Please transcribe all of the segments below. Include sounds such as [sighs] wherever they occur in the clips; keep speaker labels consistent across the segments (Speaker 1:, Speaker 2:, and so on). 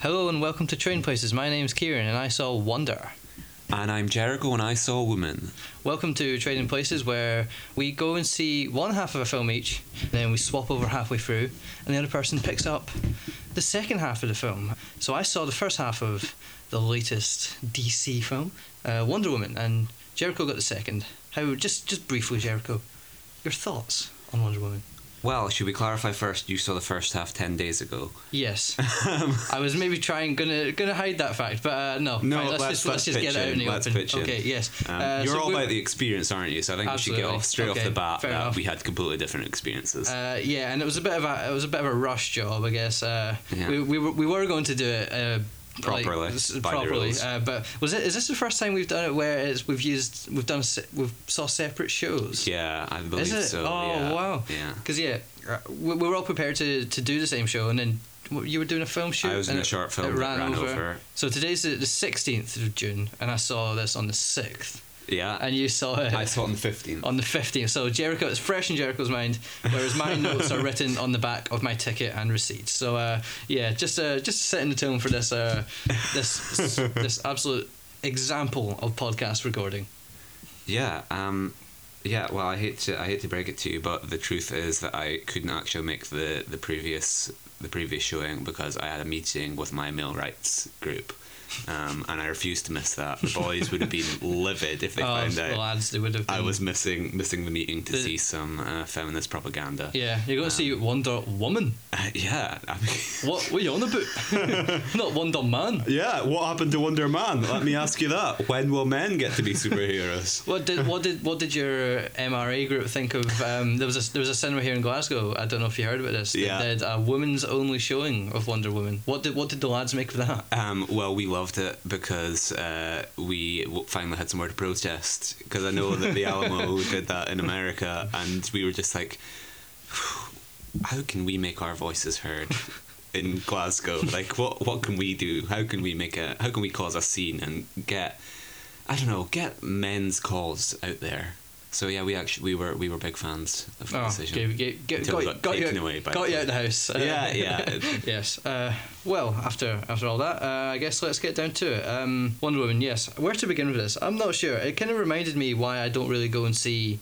Speaker 1: Hello and welcome to Train Places. My name's Kieran and I saw Wonder.
Speaker 2: And I'm Jericho, and I saw Woman.
Speaker 1: Welcome to Trading Places, where we go and see one half of a film each, then we swap over halfway through, and the other person picks up the second half of the film. So I saw the first half of the latest DC film, uh, Wonder Woman, and Jericho got the second. How? Just, just briefly, Jericho, your thoughts on Wonder Woman?
Speaker 2: Well, should we clarify first? You saw the first half ten days ago. [laughs]
Speaker 1: Yes, I was maybe trying gonna gonna hide that fact, but uh, no.
Speaker 2: No,
Speaker 1: Fine, let's,
Speaker 2: let's-
Speaker 1: just
Speaker 2: let's
Speaker 1: let's, just get
Speaker 2: pitch
Speaker 1: it out in
Speaker 2: in,
Speaker 1: the
Speaker 2: let's
Speaker 1: open.
Speaker 2: pitch in.
Speaker 1: Okay, yes.
Speaker 2: Um,
Speaker 1: Uh,
Speaker 2: you're
Speaker 1: so
Speaker 2: all
Speaker 1: we're-
Speaker 2: about the experience, aren't you? So I think we should
Speaker 1: Absolutely.
Speaker 2: get off straight off
Speaker 1: Okay,
Speaker 2: the bat
Speaker 1: fair
Speaker 2: that
Speaker 1: enough.
Speaker 2: we had completely different experiences.
Speaker 1: Uh, yeah, and it was a bit of a it was a bit of a rush job, I guess. Uh,
Speaker 2: Yeah.
Speaker 1: we, we were we were going to do it uh, like,
Speaker 2: Properly,
Speaker 1: s-
Speaker 2: by the
Speaker 1: properly,
Speaker 2: rules.
Speaker 1: uh, but was it is this the first time we've done it where it's, we've used we've done se- we've saw separate shows?
Speaker 2: yeah, I believe
Speaker 1: is it?
Speaker 2: so.
Speaker 1: oh
Speaker 2: yeah.
Speaker 1: wow!
Speaker 2: Yeah.
Speaker 1: because yeah, uh, we, we were all prepared to, to do the same show, and then w- you were doing a film shoot.
Speaker 2: I was in
Speaker 1: and
Speaker 2: a
Speaker 1: it-
Speaker 2: short film
Speaker 1: It
Speaker 2: that ran over.
Speaker 1: So today's the sixteenth of June, and I saw this on the sixth,
Speaker 2: Yeah.
Speaker 1: and you saw it
Speaker 2: I saw it on the
Speaker 1: [laughs]
Speaker 2: 15th.
Speaker 1: on the 15th. So Jericho, it's fresh in Jericho's mind, whereas
Speaker 2: [laughs]
Speaker 1: my notes are written on the back of my ticket and receipts. So uh, yeah, just uh, just setting the tone for this uh,
Speaker 2: [laughs]
Speaker 1: this this absolute example of podcast recording.
Speaker 2: Yeah, um, yeah. Well, I hate to I hate to break it to you, but the truth is that I couldn't actually make the the previous the previous showing because I had a meeting with my male rights group, um, and I refused to miss that. The boys would
Speaker 1: [laughs]
Speaker 2: have been livid if they
Speaker 1: oh,
Speaker 2: found
Speaker 1: the
Speaker 2: out
Speaker 1: lads, they would have. Been,
Speaker 2: I was missing missing the meeting to
Speaker 1: The-
Speaker 2: see some uh, feminist propaganda. Uh,
Speaker 1: Yeah, you're going to see Wonder Woman.
Speaker 2: yeah. I mean,
Speaker 1: What? What are you on about? [laughs] Not Wonder Man.
Speaker 2: [laughs] yeah. What happened to Wonder Man? Let me ask you that. When will men get to be superheroes?
Speaker 1: What did what did what did your MRA group think of? Um, there was a there was a cinema here in Glasgow. I don't know if you heard about this. that
Speaker 2: Yeah.
Speaker 1: did a women's only showing of Wonder Woman. What did what did the lads make of that?
Speaker 2: Um, well, we loved it because uh, we w- finally had somewhere to protest. Because I know that the Alamo
Speaker 1: [laughs]
Speaker 2: did that in America, and we were just like, how can we make our voices heard in
Speaker 1: [laughs]
Speaker 2: Glasgow? Like, what what can we do? How can we make a? How can we cause a scene and get, I don't know, get men's cause out there? So yeah, we actually we were we were big fans of the
Speaker 1: Oh,
Speaker 2: decision.
Speaker 1: gave, gave, gave,
Speaker 2: Until
Speaker 1: got,
Speaker 2: it
Speaker 1: got,
Speaker 2: got
Speaker 1: you,
Speaker 2: taken away by
Speaker 1: got
Speaker 2: the-
Speaker 1: you out of the house. Uh,
Speaker 2: [laughs]
Speaker 1: [laughs]
Speaker 2: Yeah, yeah.
Speaker 1: yes. Uh, well, after after all that, uh, I guess let's get down to it. Um, Wonder Woman. Yes. Where to begin with this? I'm not sure. It kind of reminded me why I don't really go and see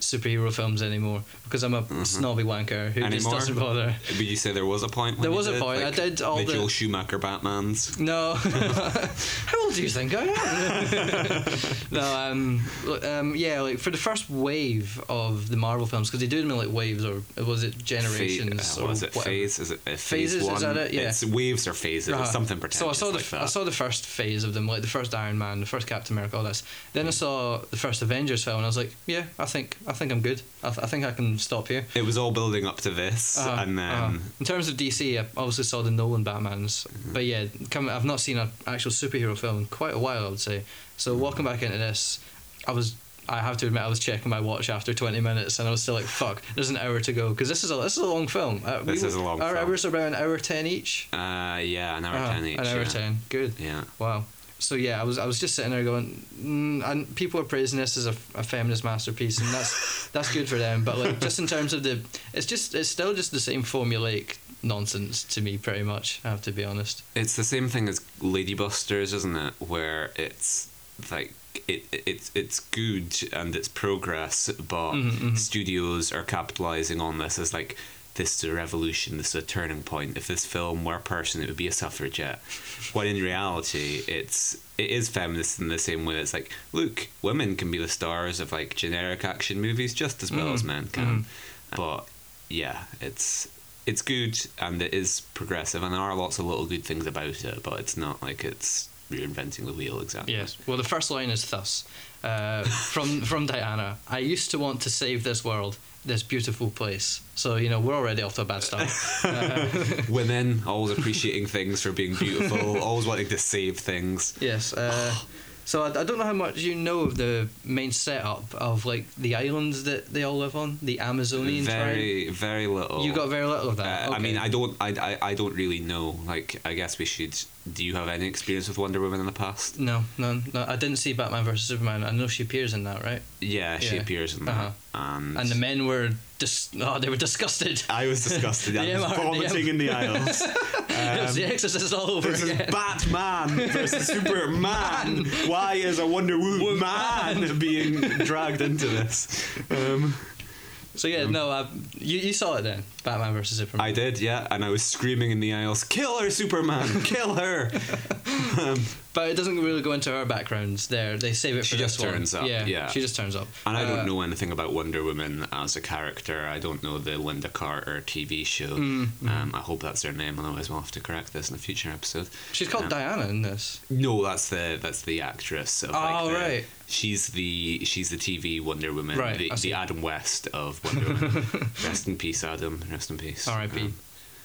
Speaker 1: superhero films anymore because I'm a snobby wanker who just
Speaker 2: Mm-hmm. Anymore?
Speaker 1: doesn't bother.
Speaker 2: Would you say there was a point? When
Speaker 1: There
Speaker 2: you
Speaker 1: was a
Speaker 2: did,
Speaker 1: point. I
Speaker 2: Like,
Speaker 1: did all
Speaker 2: the
Speaker 1: the-
Speaker 2: Joel Schumacher Batman's.
Speaker 1: No. [laughs] How old do you think I am? [laughs] no, um, look, um, yeah, like for the first wave of the Marvel films, because they do them in like waves, or was it generations?
Speaker 2: Phase, uh,
Speaker 1: or
Speaker 2: what is it?
Speaker 1: whatever.
Speaker 2: Phase? Is it uh, phase
Speaker 1: Phases, is
Speaker 2: One?
Speaker 1: that it? Yeah.
Speaker 2: It's waves or phases.
Speaker 1: Uh-huh.
Speaker 2: It's something pretentious
Speaker 1: So I saw the
Speaker 2: like that.
Speaker 1: I saw the first phase of them, like the first Iron Man, the first Captain America, all this. Then I
Speaker 2: Hmm.
Speaker 1: saw the first Avengers film, and I was like, yeah, I think I think I'm good. I, th- I think I can stop here.
Speaker 2: it was all building up to this,
Speaker 1: Uh-huh,
Speaker 2: and then Mm-hmm.
Speaker 1: uh-huh. in terms of DC, I obviously saw the Nolan Batman's, but yeah, come, I've not seen an actual superhero film in quite a while, I would say. So
Speaker 2: Hmm.
Speaker 1: walking back into this, I was. I have to admit, I was checking my watch after 20 minutes, and I was still like, "Fuck, there's an hour to go." Because this is a this is a long film. Uh,
Speaker 2: This is a long
Speaker 1: Our
Speaker 2: film.
Speaker 1: hours are about an hour ten each.
Speaker 2: uh, yeah, an hour
Speaker 1: Uh-huh,
Speaker 2: ten each.
Speaker 1: An hour
Speaker 2: yeah.
Speaker 1: ten. Good.
Speaker 2: Yeah.
Speaker 1: Wow. So yeah, I was I was just sitting there going, mm, and people are praising this as a, a feminist masterpiece, and that's that's good for them. But like, just in terms of the, it's just it's still just the same formulaic nonsense to me, pretty much. I have to be honest.
Speaker 2: It's the same thing as Lady Busters, isn't it? Where it's like it, it it's it's good and it's progress, but studios are capitalizing on this as like this is a revolution, this is a turning point. If this film were a person, it would be a suffragette. When in reality, it's it is feminist in the same way. It's like, look, women can be the stars of like generic action movies just as well as men can. But yeah, it's it's good and it is progressive and there are lots of little good things about it, but it's not like it's reinventing the wheel exactly.
Speaker 1: Yes. Well, the first line is thus uh, from from Diana. I used to want to save this world, this beautiful place. So you know we're already off to a bad start.
Speaker 2: Women always appreciating things for being beautiful, always wanting to save things.
Speaker 1: yes. Uh, so I, I don't know how much you know of the main setup of like the islands that they all live on, the Amazonian tribe.
Speaker 2: Very, very little.
Speaker 1: You got very little of that.
Speaker 2: Uh, I mean,
Speaker 1: Okay.
Speaker 2: I don't, I, I, I don't really know. Like, I guess we should. Do you have any experience with Wonder Woman in the past?
Speaker 1: No, no, no. I didn't see Batman versus Superman. I know she appears in that, right?
Speaker 2: Yeah, she
Speaker 1: Yeah.
Speaker 2: appears in that,
Speaker 1: Uh-huh.
Speaker 2: and,
Speaker 1: And the men were dis- oh, they were disgusted. [laughs]
Speaker 2: I was disgusted. I
Speaker 1: The
Speaker 2: was
Speaker 1: MR,
Speaker 2: vomiting in the aisles. Um,
Speaker 1: it was The Exorcist all over
Speaker 2: This is
Speaker 1: again. [laughs]
Speaker 2: Batman versus Superman. Why is a Wonder Woman being dragged into this? Um,
Speaker 1: so yeah, no, I, you you saw it then, Batman versus Superman.
Speaker 2: I did, yeah, and I was screaming in the aisles, "Kill her, Superman! Kill her!"
Speaker 1: [laughs]
Speaker 2: Um,
Speaker 1: But it doesn't really go into her backgrounds there. They save it
Speaker 2: She
Speaker 1: for this
Speaker 2: just turns
Speaker 1: one.
Speaker 2: up, yeah.
Speaker 1: she just turns up.
Speaker 2: And I
Speaker 1: Uh,
Speaker 2: don't know anything about Wonder Woman as a character. I don't know the Linda Carter TV show.
Speaker 1: Hmm.
Speaker 2: Um, I hope that's her name. Otherwise, we'll have to correct this in a future episode.
Speaker 1: She's called
Speaker 2: Um,
Speaker 1: Diana in this.
Speaker 2: No, that's the that's the actress. Of
Speaker 1: Oh,
Speaker 2: like the,
Speaker 1: right.
Speaker 2: She's the she's the TV Wonder Woman.
Speaker 1: Right,
Speaker 2: The,
Speaker 1: I see.
Speaker 2: the Adam West
Speaker 1: [laughs]
Speaker 2: of Wonder Woman. Rest in peace, Adam. Rest in peace.
Speaker 1: R.I.P.
Speaker 2: Um,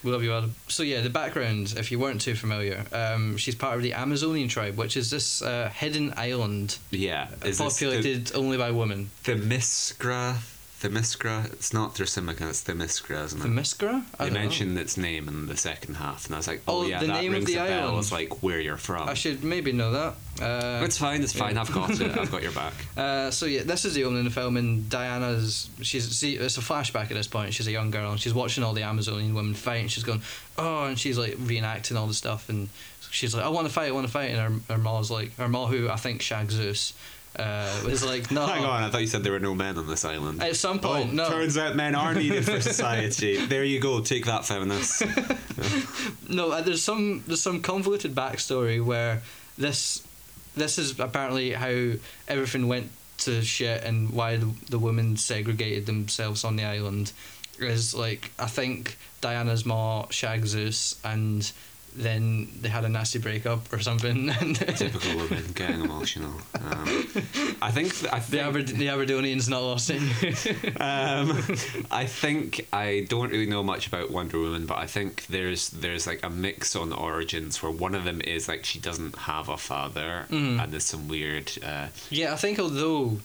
Speaker 1: we love you, Adam. So yeah, the background, if you weren't too familiar, um, she's part of the Amazonian tribe, which is this uh, hidden island
Speaker 2: yeah. Is this
Speaker 1: populated only by women.
Speaker 2: the Themyscira. Themyscira. It's not Thrasymachia. It's Themyscira, isn't it?
Speaker 1: The Miscra? I
Speaker 2: They
Speaker 1: don't know.
Speaker 2: mentioned its name in the second half, and I was like, "Oh,
Speaker 1: Oh,
Speaker 2: yeah,
Speaker 1: the
Speaker 2: that
Speaker 1: name of
Speaker 2: rings
Speaker 1: the
Speaker 2: a bell."
Speaker 1: island.
Speaker 2: It's like where you're from.
Speaker 1: I should maybe know that. Uh,
Speaker 2: It's fine. It's fine.
Speaker 1: Yeah.
Speaker 2: I've got it. I've
Speaker 1: [laughs]
Speaker 2: got your back.
Speaker 1: Uh, so yeah, this is the opening of the film, and Diana's she's see it's a flashback at this point. She's a young girl, and she's watching all the Amazonian women fight, and she's going, oh, and she's like reenacting all the stuff, and she's like, I want to fight, I want to fight, and her her ma's like her ma who I think Shag Zeus, uh, was like, no,
Speaker 2: [laughs] Hang on. I thought you said there were no men on this island. Oh,
Speaker 1: At some point, no.
Speaker 2: Turns out men are needed
Speaker 1: [laughs]
Speaker 2: for society. there you go. Take that, feminists.
Speaker 1: no. uh, There's some there's some convoluted backstory where this this is apparently how everything went to shit and why the, the women segregated themselves on the island is like I think Diana's ma shagged Zeus and then they had a nasty breakup or something [laughs] and
Speaker 2: Typical woman getting emotional. Um, I think. I
Speaker 1: the,
Speaker 2: think.
Speaker 1: Aber- the Aberdonian's not lost in you.
Speaker 2: um,
Speaker 1: [laughs]
Speaker 2: I think I don't really know much about Wonder Woman, but I think there's there's like a mix on origins where one of them is like she doesn't have a father,
Speaker 1: Mm.
Speaker 2: and there's some weird. Uh,
Speaker 1: Yeah, I think although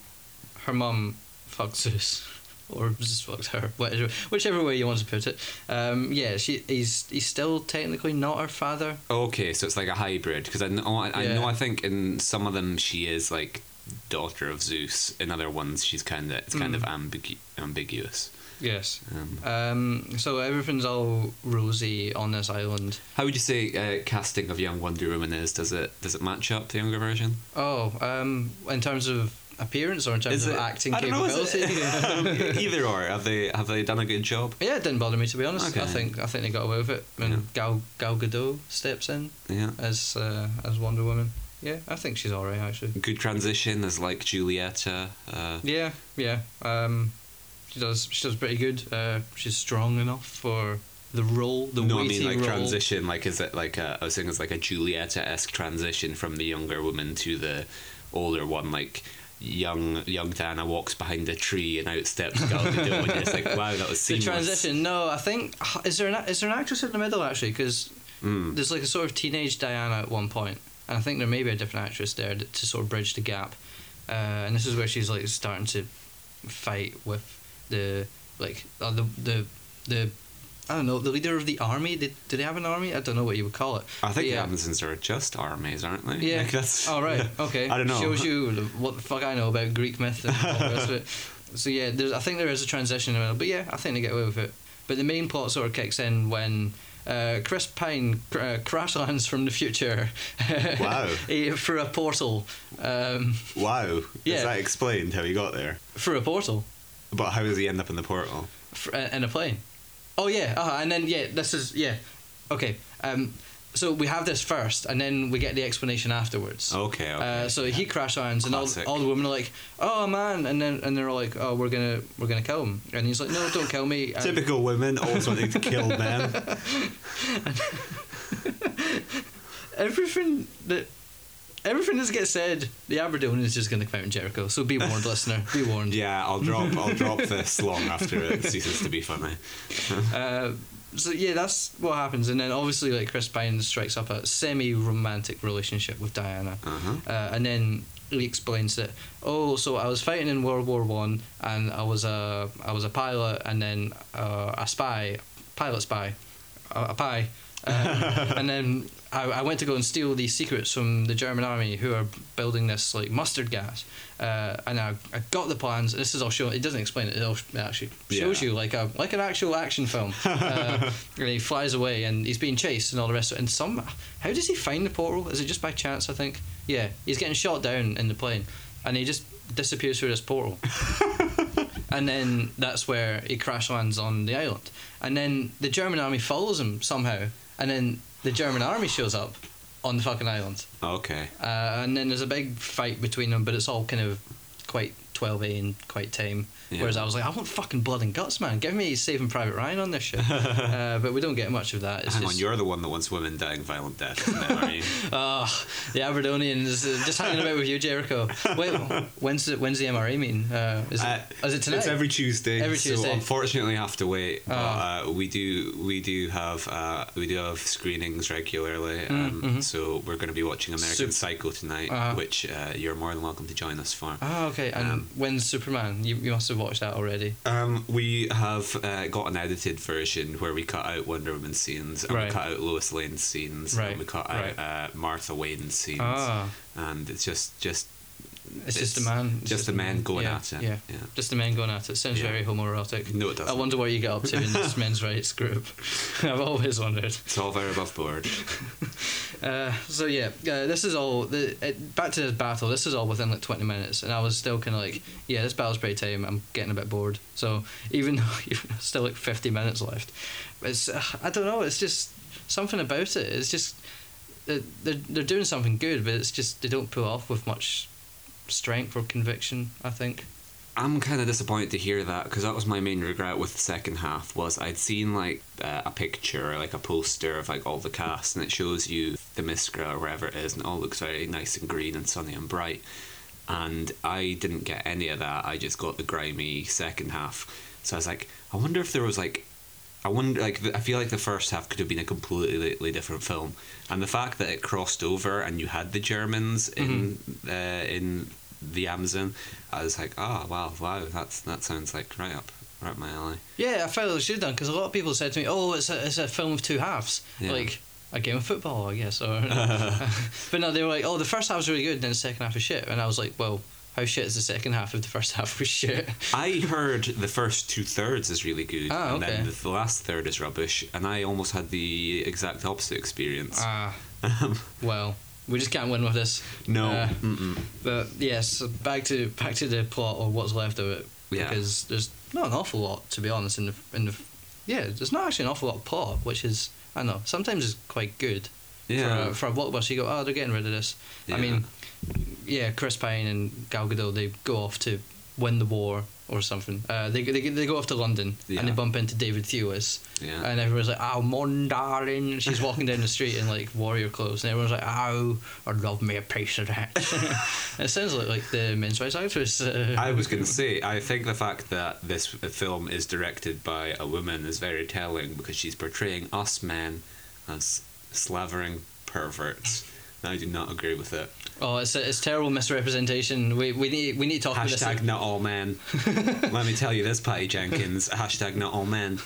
Speaker 1: her mum fucked Zeus or just fucked her, whatever, whichever way you want to put it, um, yeah, she he's he's still technically not her father.
Speaker 2: okay, so it's like a hybrid because I know I, I know
Speaker 1: Yeah.
Speaker 2: I think in some of them she is like daughter of Zeus. In other ones, she's kind of it's kind of
Speaker 1: Mm.
Speaker 2: ambigu- ambiguous.
Speaker 1: Yes.
Speaker 2: Um,
Speaker 1: Um, so everything's all rosy on this island.
Speaker 2: how would you say uh, casting of young Wonder Woman is? Does it does it match up the younger version?
Speaker 1: Oh, um, in terms of appearance or in terms
Speaker 2: Is
Speaker 1: of
Speaker 2: it-
Speaker 1: acting
Speaker 2: I don't know, is
Speaker 1: capability.
Speaker 2: it- [laughs] um,
Speaker 1: [laughs]
Speaker 2: e-, Either or have they have they done a good job?
Speaker 1: Yeah, it didn't bother me to be honest. I
Speaker 2: Okay.
Speaker 1: think I think they got away with it. And
Speaker 2: Yeah.
Speaker 1: Gal Gal Gadot steps in
Speaker 2: Yeah.
Speaker 1: as uh, as Wonder Woman. Yeah, I think she's alright actually.
Speaker 2: good transition as like Julieta. Uh,
Speaker 1: Yeah, yeah. Um, she does. She does pretty good. Uh, she's strong enough for the role, the
Speaker 2: no, I
Speaker 1: weighty
Speaker 2: mean like
Speaker 1: role.
Speaker 2: transition. Like is it like a, I was thinking it's like a Julieta esque transition from the younger woman to the older one. Like young young Diana walks behind a tree and out steps Gal Gadot, and it's like wow, that was
Speaker 1: [laughs] The
Speaker 2: seamless.
Speaker 1: transition. No, I think is there an is there an actress in the middle actually? Because
Speaker 2: Mm.
Speaker 1: there's like a sort of teenage Diana at one point, and I think there may be a different actress there that, to sort of bridge the gap. Uh, and this is where she's like starting to fight with the like uh, the the the. I don't know the leader of the army. Did, do they have an army? I don't know what you would call it.
Speaker 2: I think
Speaker 1: But
Speaker 2: the Amazons are just armies, aren't they?
Speaker 1: Yeah.
Speaker 2: [laughs] Like, that's,
Speaker 1: All right. Okay.
Speaker 2: I don't know.
Speaker 1: Shows
Speaker 2: [laughs]
Speaker 1: you what the fuck I know about Greek myth and all the rest of
Speaker 2: [laughs]
Speaker 1: it. So yeah, there's, I think there is a transition in the middle, but yeah, I think they get away with it. But the main plot sort of kicks in when uh, Chris Pine cr- uh, crash lands from the future. [laughs]
Speaker 2: Wow.
Speaker 1: Eh, through a portal. Um,
Speaker 2: Wow.
Speaker 1: Yeah. that
Speaker 2: explained how he got there?
Speaker 1: through a portal.
Speaker 2: But how does he end up in the portal?
Speaker 1: F- uh, in a plane. Oh yeah, uh, and then yeah, this is yeah, okay. Um, so we have this first, and then we get the explanation afterwards.
Speaker 2: Okay. okay.
Speaker 1: Uh, so he crash irons, and all,
Speaker 2: Classic.
Speaker 1: all the women are like, "Oh man!" And then and they're all like, "Oh, we're gonna we're gonna kill him." And he's like, "No, don't kill me." And,
Speaker 2: Typical women always wanting
Speaker 1: [laughs]
Speaker 2: to kill men.
Speaker 1: everything that everything that gets said, the Aberdeen is just going to come out in Jericho. So be
Speaker 2: [laughs]
Speaker 1: warned, listener. Be warned.
Speaker 2: Yeah, I'll drop. I'll drop this long after it ceases to be funny.
Speaker 1: Uh, so yeah, that's what happens, and then obviously like Chris Pine strikes up a semi-romantic relationship with Diana,
Speaker 2: Uh-huh.
Speaker 1: uh, and then he explains that oh, so I was fighting in World War One, and I was a I was a pilot, and then uh, a spy, pilot spy, a, a pie, uh, and then I, I went to go and steal these secrets from the German army who are building this like mustard gas, uh, and I, I got the plans. This is all shown. It doesn't explain it. It, all, it actually shows
Speaker 2: Yeah.
Speaker 1: you like a like an actual action film. Uh, and he flies away and he's being chased and all the rest. of it. And some how does he find the portal? Is it just by chance? I think. Yeah, he's getting shot down in the plane, and he just disappears through this portal. And then that's where he crash lands on the island. And then the German army follows him somehow. And then the German army shows up on the fucking island.
Speaker 2: Okay.
Speaker 1: Uh, and then there's a big fight between them, but it's all kind of quite 12A and quite tame.
Speaker 2: Yeah.
Speaker 1: Whereas I was like, I want fucking blood and guts, man. Give me Saving Private Ryan on this shit.
Speaker 2: [laughs]
Speaker 1: uh, but we don't get much of that. It's
Speaker 2: Hang
Speaker 1: just,
Speaker 2: on, you're the one that wants women dying violent death, isn't it, aren't [laughs] you?
Speaker 1: Oh, the Aberdonians uh, just hanging about with you, Jericho. Wait,
Speaker 2: [laughs]
Speaker 1: when's the, when's the MRA meeting? Uh, is, it,
Speaker 2: Uh,
Speaker 1: is it tonight?
Speaker 2: It's every Tuesday.
Speaker 1: Every Tuesday. Oh.
Speaker 2: So unfortunately, I have to wait. But, uh, we do we do have uh, we do have screenings regularly. Um, So we're going to be watching American
Speaker 1: Mm, mm-hmm. Sup-
Speaker 2: Psycho tonight,
Speaker 1: Uh-huh.
Speaker 2: which uh, you're more than welcome to join us for.
Speaker 1: Oh, okay. And
Speaker 2: Um,
Speaker 1: when's Superman? You, you must have watched that already.
Speaker 2: Um, we have uh, got an edited version where we cut out Wonder Woman scenes, and
Speaker 1: Right.
Speaker 2: we cut out Lois Lane scenes,
Speaker 1: Right,
Speaker 2: and we cut
Speaker 1: right.
Speaker 2: out uh, Martha Wayne scenes,
Speaker 1: Ah,
Speaker 2: and it's just just
Speaker 1: it's, just a man. it's
Speaker 2: just, a man going
Speaker 1: yeah,
Speaker 2: at it.
Speaker 1: Yeah.
Speaker 2: yeah.
Speaker 1: Just a man going at it. Sounds
Speaker 2: Yeah.
Speaker 1: very homoerotic.
Speaker 2: No, it
Speaker 1: I
Speaker 2: doesn't.
Speaker 1: wonder what you get up to in this men's rights group. [laughs] I've always wondered.
Speaker 2: It's all very above board.
Speaker 1: Uh, so yeah, uh, this is all the it, back to this battle. This is all within like twenty minutes, and I was still kind of like, yeah, this battle's pretty tame. I'm getting a bit bored. So even [laughs] though you've still like fifty minutes left, it's uh, I don't know. It's just something about it. It's just they're they're they're doing something good, but it's just they don't pull off with much strength or conviction. I think.
Speaker 2: I'm kind of disappointed to hear that because that was my main regret with the second half was I'd seen like uh, a picture or like a poster of like all the cast and it shows you the Miscra or wherever it is and it all looks very nice and green and sunny and bright and I didn't get any of that I just got the grimy second half so I was like I wonder if there was like I wonder like th- I feel like the first half could have been a completely different film and the fact that it crossed over and you had the Germans in
Speaker 1: Mm-hmm.
Speaker 2: uh, in the Amazon, I was like, oh wow, wow, that's that sounds like right up right up my alley.
Speaker 1: Yeah, I felt like I should have done because a lot of people said to me, "Oh, it's a it's a film of two halves,
Speaker 2: Yeah.
Speaker 1: like a game of football, I guess."
Speaker 2: [laughs]
Speaker 1: Or, [laughs] but no, they were like, "Oh, the first half was really good, and then the second half was shit," and I was like, "Well, how shit is the second half if the first [laughs] half was
Speaker 2: [laughs]
Speaker 1: shit?"
Speaker 2: I heard the first two thirds is really good,
Speaker 1: Ah,
Speaker 2: and then
Speaker 1: okay.
Speaker 2: the, the last third is rubbish, and I almost had the exact opposite experience.
Speaker 1: Ah, well, we just can't win with this.
Speaker 2: [laughs] no,
Speaker 1: Uh,
Speaker 2: mm-mm.
Speaker 1: But yes, back to back to the plot or what's left of it
Speaker 2: Yeah.
Speaker 1: because there's not an awful lot to be honest in the in the yeah, there's not actually an awful lot of plot, which is I don't know sometimes is quite good.
Speaker 2: yeah,
Speaker 1: for, a, for a blockbuster, you go, oh, they're getting rid of this. I
Speaker 2: Yeah.
Speaker 1: mean, yeah, Chris Pine and Gal Gadot, they go off to win the war or something. Uh, they, they, they go off to London and they
Speaker 2: Yeah.
Speaker 1: bump into David Thewlis.
Speaker 2: Yeah.
Speaker 1: And everyone's like, oh, mon darling. She's walking down the street in like warrior clothes. And everyone's like, oh, I'd love me a piece of that. [laughs] it sounds like, like the men's rights actress. Uh,
Speaker 2: I was going to say, I think the fact that this film is directed by a woman is very telling because she's portraying us men as slavering perverts. And I do not agree with it.
Speaker 1: oh, it's, it's terrible misrepresentation. We, we, need, we need to talk about this.
Speaker 2: Hashtag not
Speaker 1: [laughs]
Speaker 2: all men. Let me tell you this, Patty Jenkins. Hashtag not all men.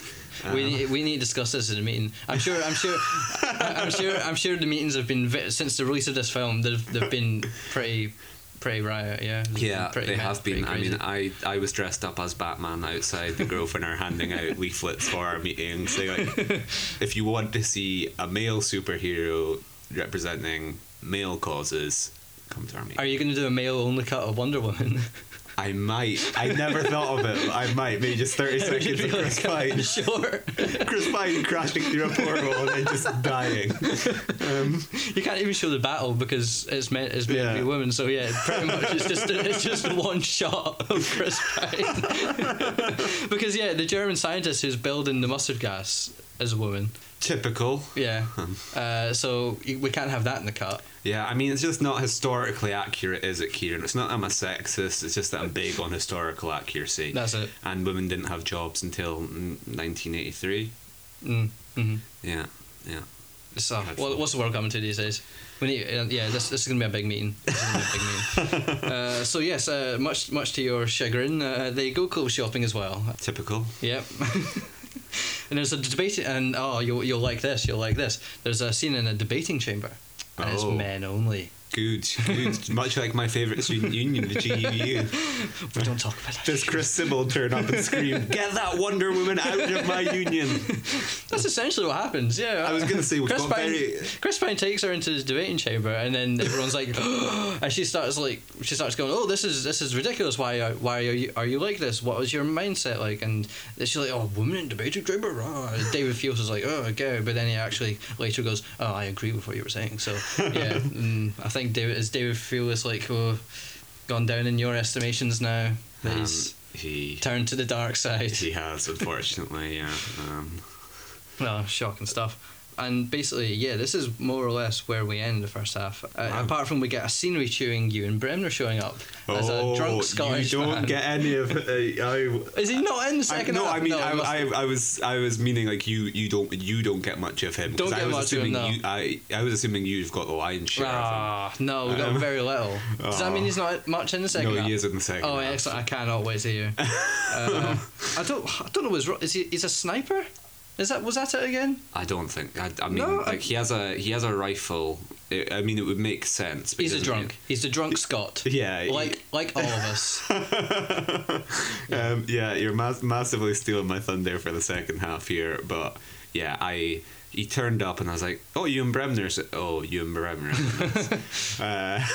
Speaker 2: Um,
Speaker 1: We need, we need to discuss this in a meeting. I'm sure. I'm sure. I- I'm sure. I'm sure the meetings have been ve- since the release of this film. They've they've been pretty, pretty riot. Yeah. They've been
Speaker 2: [laughs] yeah,
Speaker 1: pretty
Speaker 2: they
Speaker 1: mad,
Speaker 2: have
Speaker 1: pretty
Speaker 2: been. I mean,
Speaker 1: crazy.
Speaker 2: I, I was dressed up as Batman outside the Grosvenor handing out leaflets for our meetings. They [laughs] like, if you want to see a male superhero representing male causes, come to our meeting.
Speaker 1: Are you going to do a male only cut of Wonder Woman? [laughs]
Speaker 2: I might. I never thought of it. but I might. Maybe just [laughs] 30 seconds of Chris
Speaker 1: [laughs]
Speaker 2: Pine.
Speaker 1: sure.
Speaker 2: Chris Pine crashing through a portal and then just dying.
Speaker 1: You can't even show the battle because it's meant it's meant to
Speaker 2: Yeah.
Speaker 1: be women. So yeah, pretty much it's just it's just one shot of Chris [laughs] Pine. because yeah, the German scientist who's building the mustard gas is a woman.
Speaker 2: Typical.
Speaker 1: Yeah. Uh, so y- we can't have that in the cut.
Speaker 2: Yeah, I mean, it's just not historically accurate, is it, Kieran? It's not that I'm a sexist, it's just that I'm big on historical accuracy.
Speaker 1: That's it.
Speaker 2: And women didn't have jobs until mm, 1983.
Speaker 1: Mm. hmm
Speaker 2: Yeah, yeah.
Speaker 1: So,
Speaker 2: Dreadful.
Speaker 1: what, what's the world coming to these days? We need, uh, yeah, this, this is going to be a big meeting. This is gonna be a big meeting. uh, so yes, uh, much much to your chagrin, uh, they go clothes shopping as well.
Speaker 2: Typical.
Speaker 1: Yep. [laughs] and there's a debate, and oh, you'll you'll like this, you'll like this. There's a scene in a debating chamber, and it's
Speaker 2: Oh.
Speaker 1: men only.
Speaker 2: Good, [laughs] good. Much like my favourite student union, the GUU.
Speaker 1: We don't talk about that.
Speaker 2: Does Chris Sybil turn up and scream, Get that Wonder Woman out of my union?
Speaker 1: That's essentially what happens. Yeah.
Speaker 2: I was going to say, we've
Speaker 1: Chris
Speaker 2: got
Speaker 1: Pine,
Speaker 2: very.
Speaker 1: Chris Pine takes her into his debating chamber, and then everyone's like, [gasps] and she starts like, she starts going, "Oh, this is this is ridiculous. Why are, why are you are you like this? What was your mindset like?" And she's like, "Oh, women in debating chamber." rah." And David Fields is like, "Oh, okay," but then he actually later goes, "Oh, I agree with what you were saying." So
Speaker 2: [laughs]
Speaker 1: yeah, mm, I think David is David Fields like, "Oh, gone down in your estimations now." That
Speaker 2: Um,
Speaker 1: he's
Speaker 2: he,
Speaker 1: turned to the dark side.
Speaker 2: he has, unfortunately, yeah. Um,
Speaker 1: Well, shocking stuff. And basically, yeah, this is more or less where we end the first half. Uh,
Speaker 2: Wow.
Speaker 1: Apart from we get a scenery chewing you and Bremner showing up as a drunk Scottish
Speaker 2: Oh, You don't
Speaker 1: man.
Speaker 2: get any of it. I,
Speaker 1: Is he not in the
Speaker 2: I,
Speaker 1: second
Speaker 2: no,
Speaker 1: half?
Speaker 2: I mean, I,
Speaker 1: he must-
Speaker 2: I, I was, I was meaning like you, you don't, you don't get much of him. 'cause
Speaker 1: Don't
Speaker 2: I
Speaker 1: get
Speaker 2: was
Speaker 1: much of him,
Speaker 2: assuming
Speaker 1: no.
Speaker 2: You, I, I was assuming you've got the lion's share. of him.
Speaker 1: Ah, no, we got
Speaker 2: Um,
Speaker 1: very little. Does that mean he's not much in the second
Speaker 2: No,
Speaker 1: half?
Speaker 2: he is in the second.
Speaker 1: Oh,
Speaker 2: half.
Speaker 1: excellent! I cannot wait to
Speaker 2: [laughs]
Speaker 1: hear. Uh, I don't. I don't know. Is is he? He's a sniper? Is that was that it again?
Speaker 2: I don't think. I, I mean,
Speaker 1: No, I-
Speaker 2: like he has a, he has a rifle. It, I mean, it would make sense. but he
Speaker 1: He's a
Speaker 2: doesn't-
Speaker 1: drunk. He's the drunk Scot.
Speaker 2: Yeah, [laughs] he-
Speaker 1: like like all of us.
Speaker 2: Um, yeah, you're mas- massively stealing my thunder for the second half here, but yeah, I he turned up and I was like, oh, you and Bremner's. Oh, you
Speaker 1: [laughs]
Speaker 2: and Bremner. uh,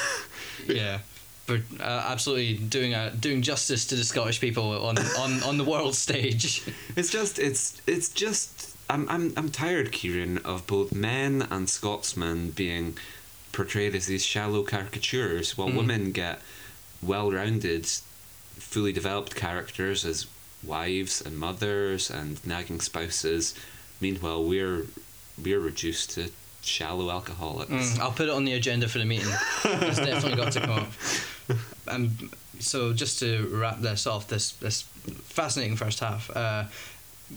Speaker 1: yeah but uh, absolutely doing uh, doing justice to the Scottish people on, on, on the world stage.
Speaker 2: It's just it's it's just I'm I'm I'm tired, Kieran, of both men and Scotsmen being portrayed as these shallow caricatures,
Speaker 1: Mm.
Speaker 2: while women get well-rounded, fully developed characters as wives and mothers and nagging spouses. Meanwhile, we're we're reduced to shallow alcoholics.
Speaker 1: Mm, I'll put it on the agenda for the meeting. It's definitely got to come up. Um, so just to wrap this off, this this fascinating first half. Uh,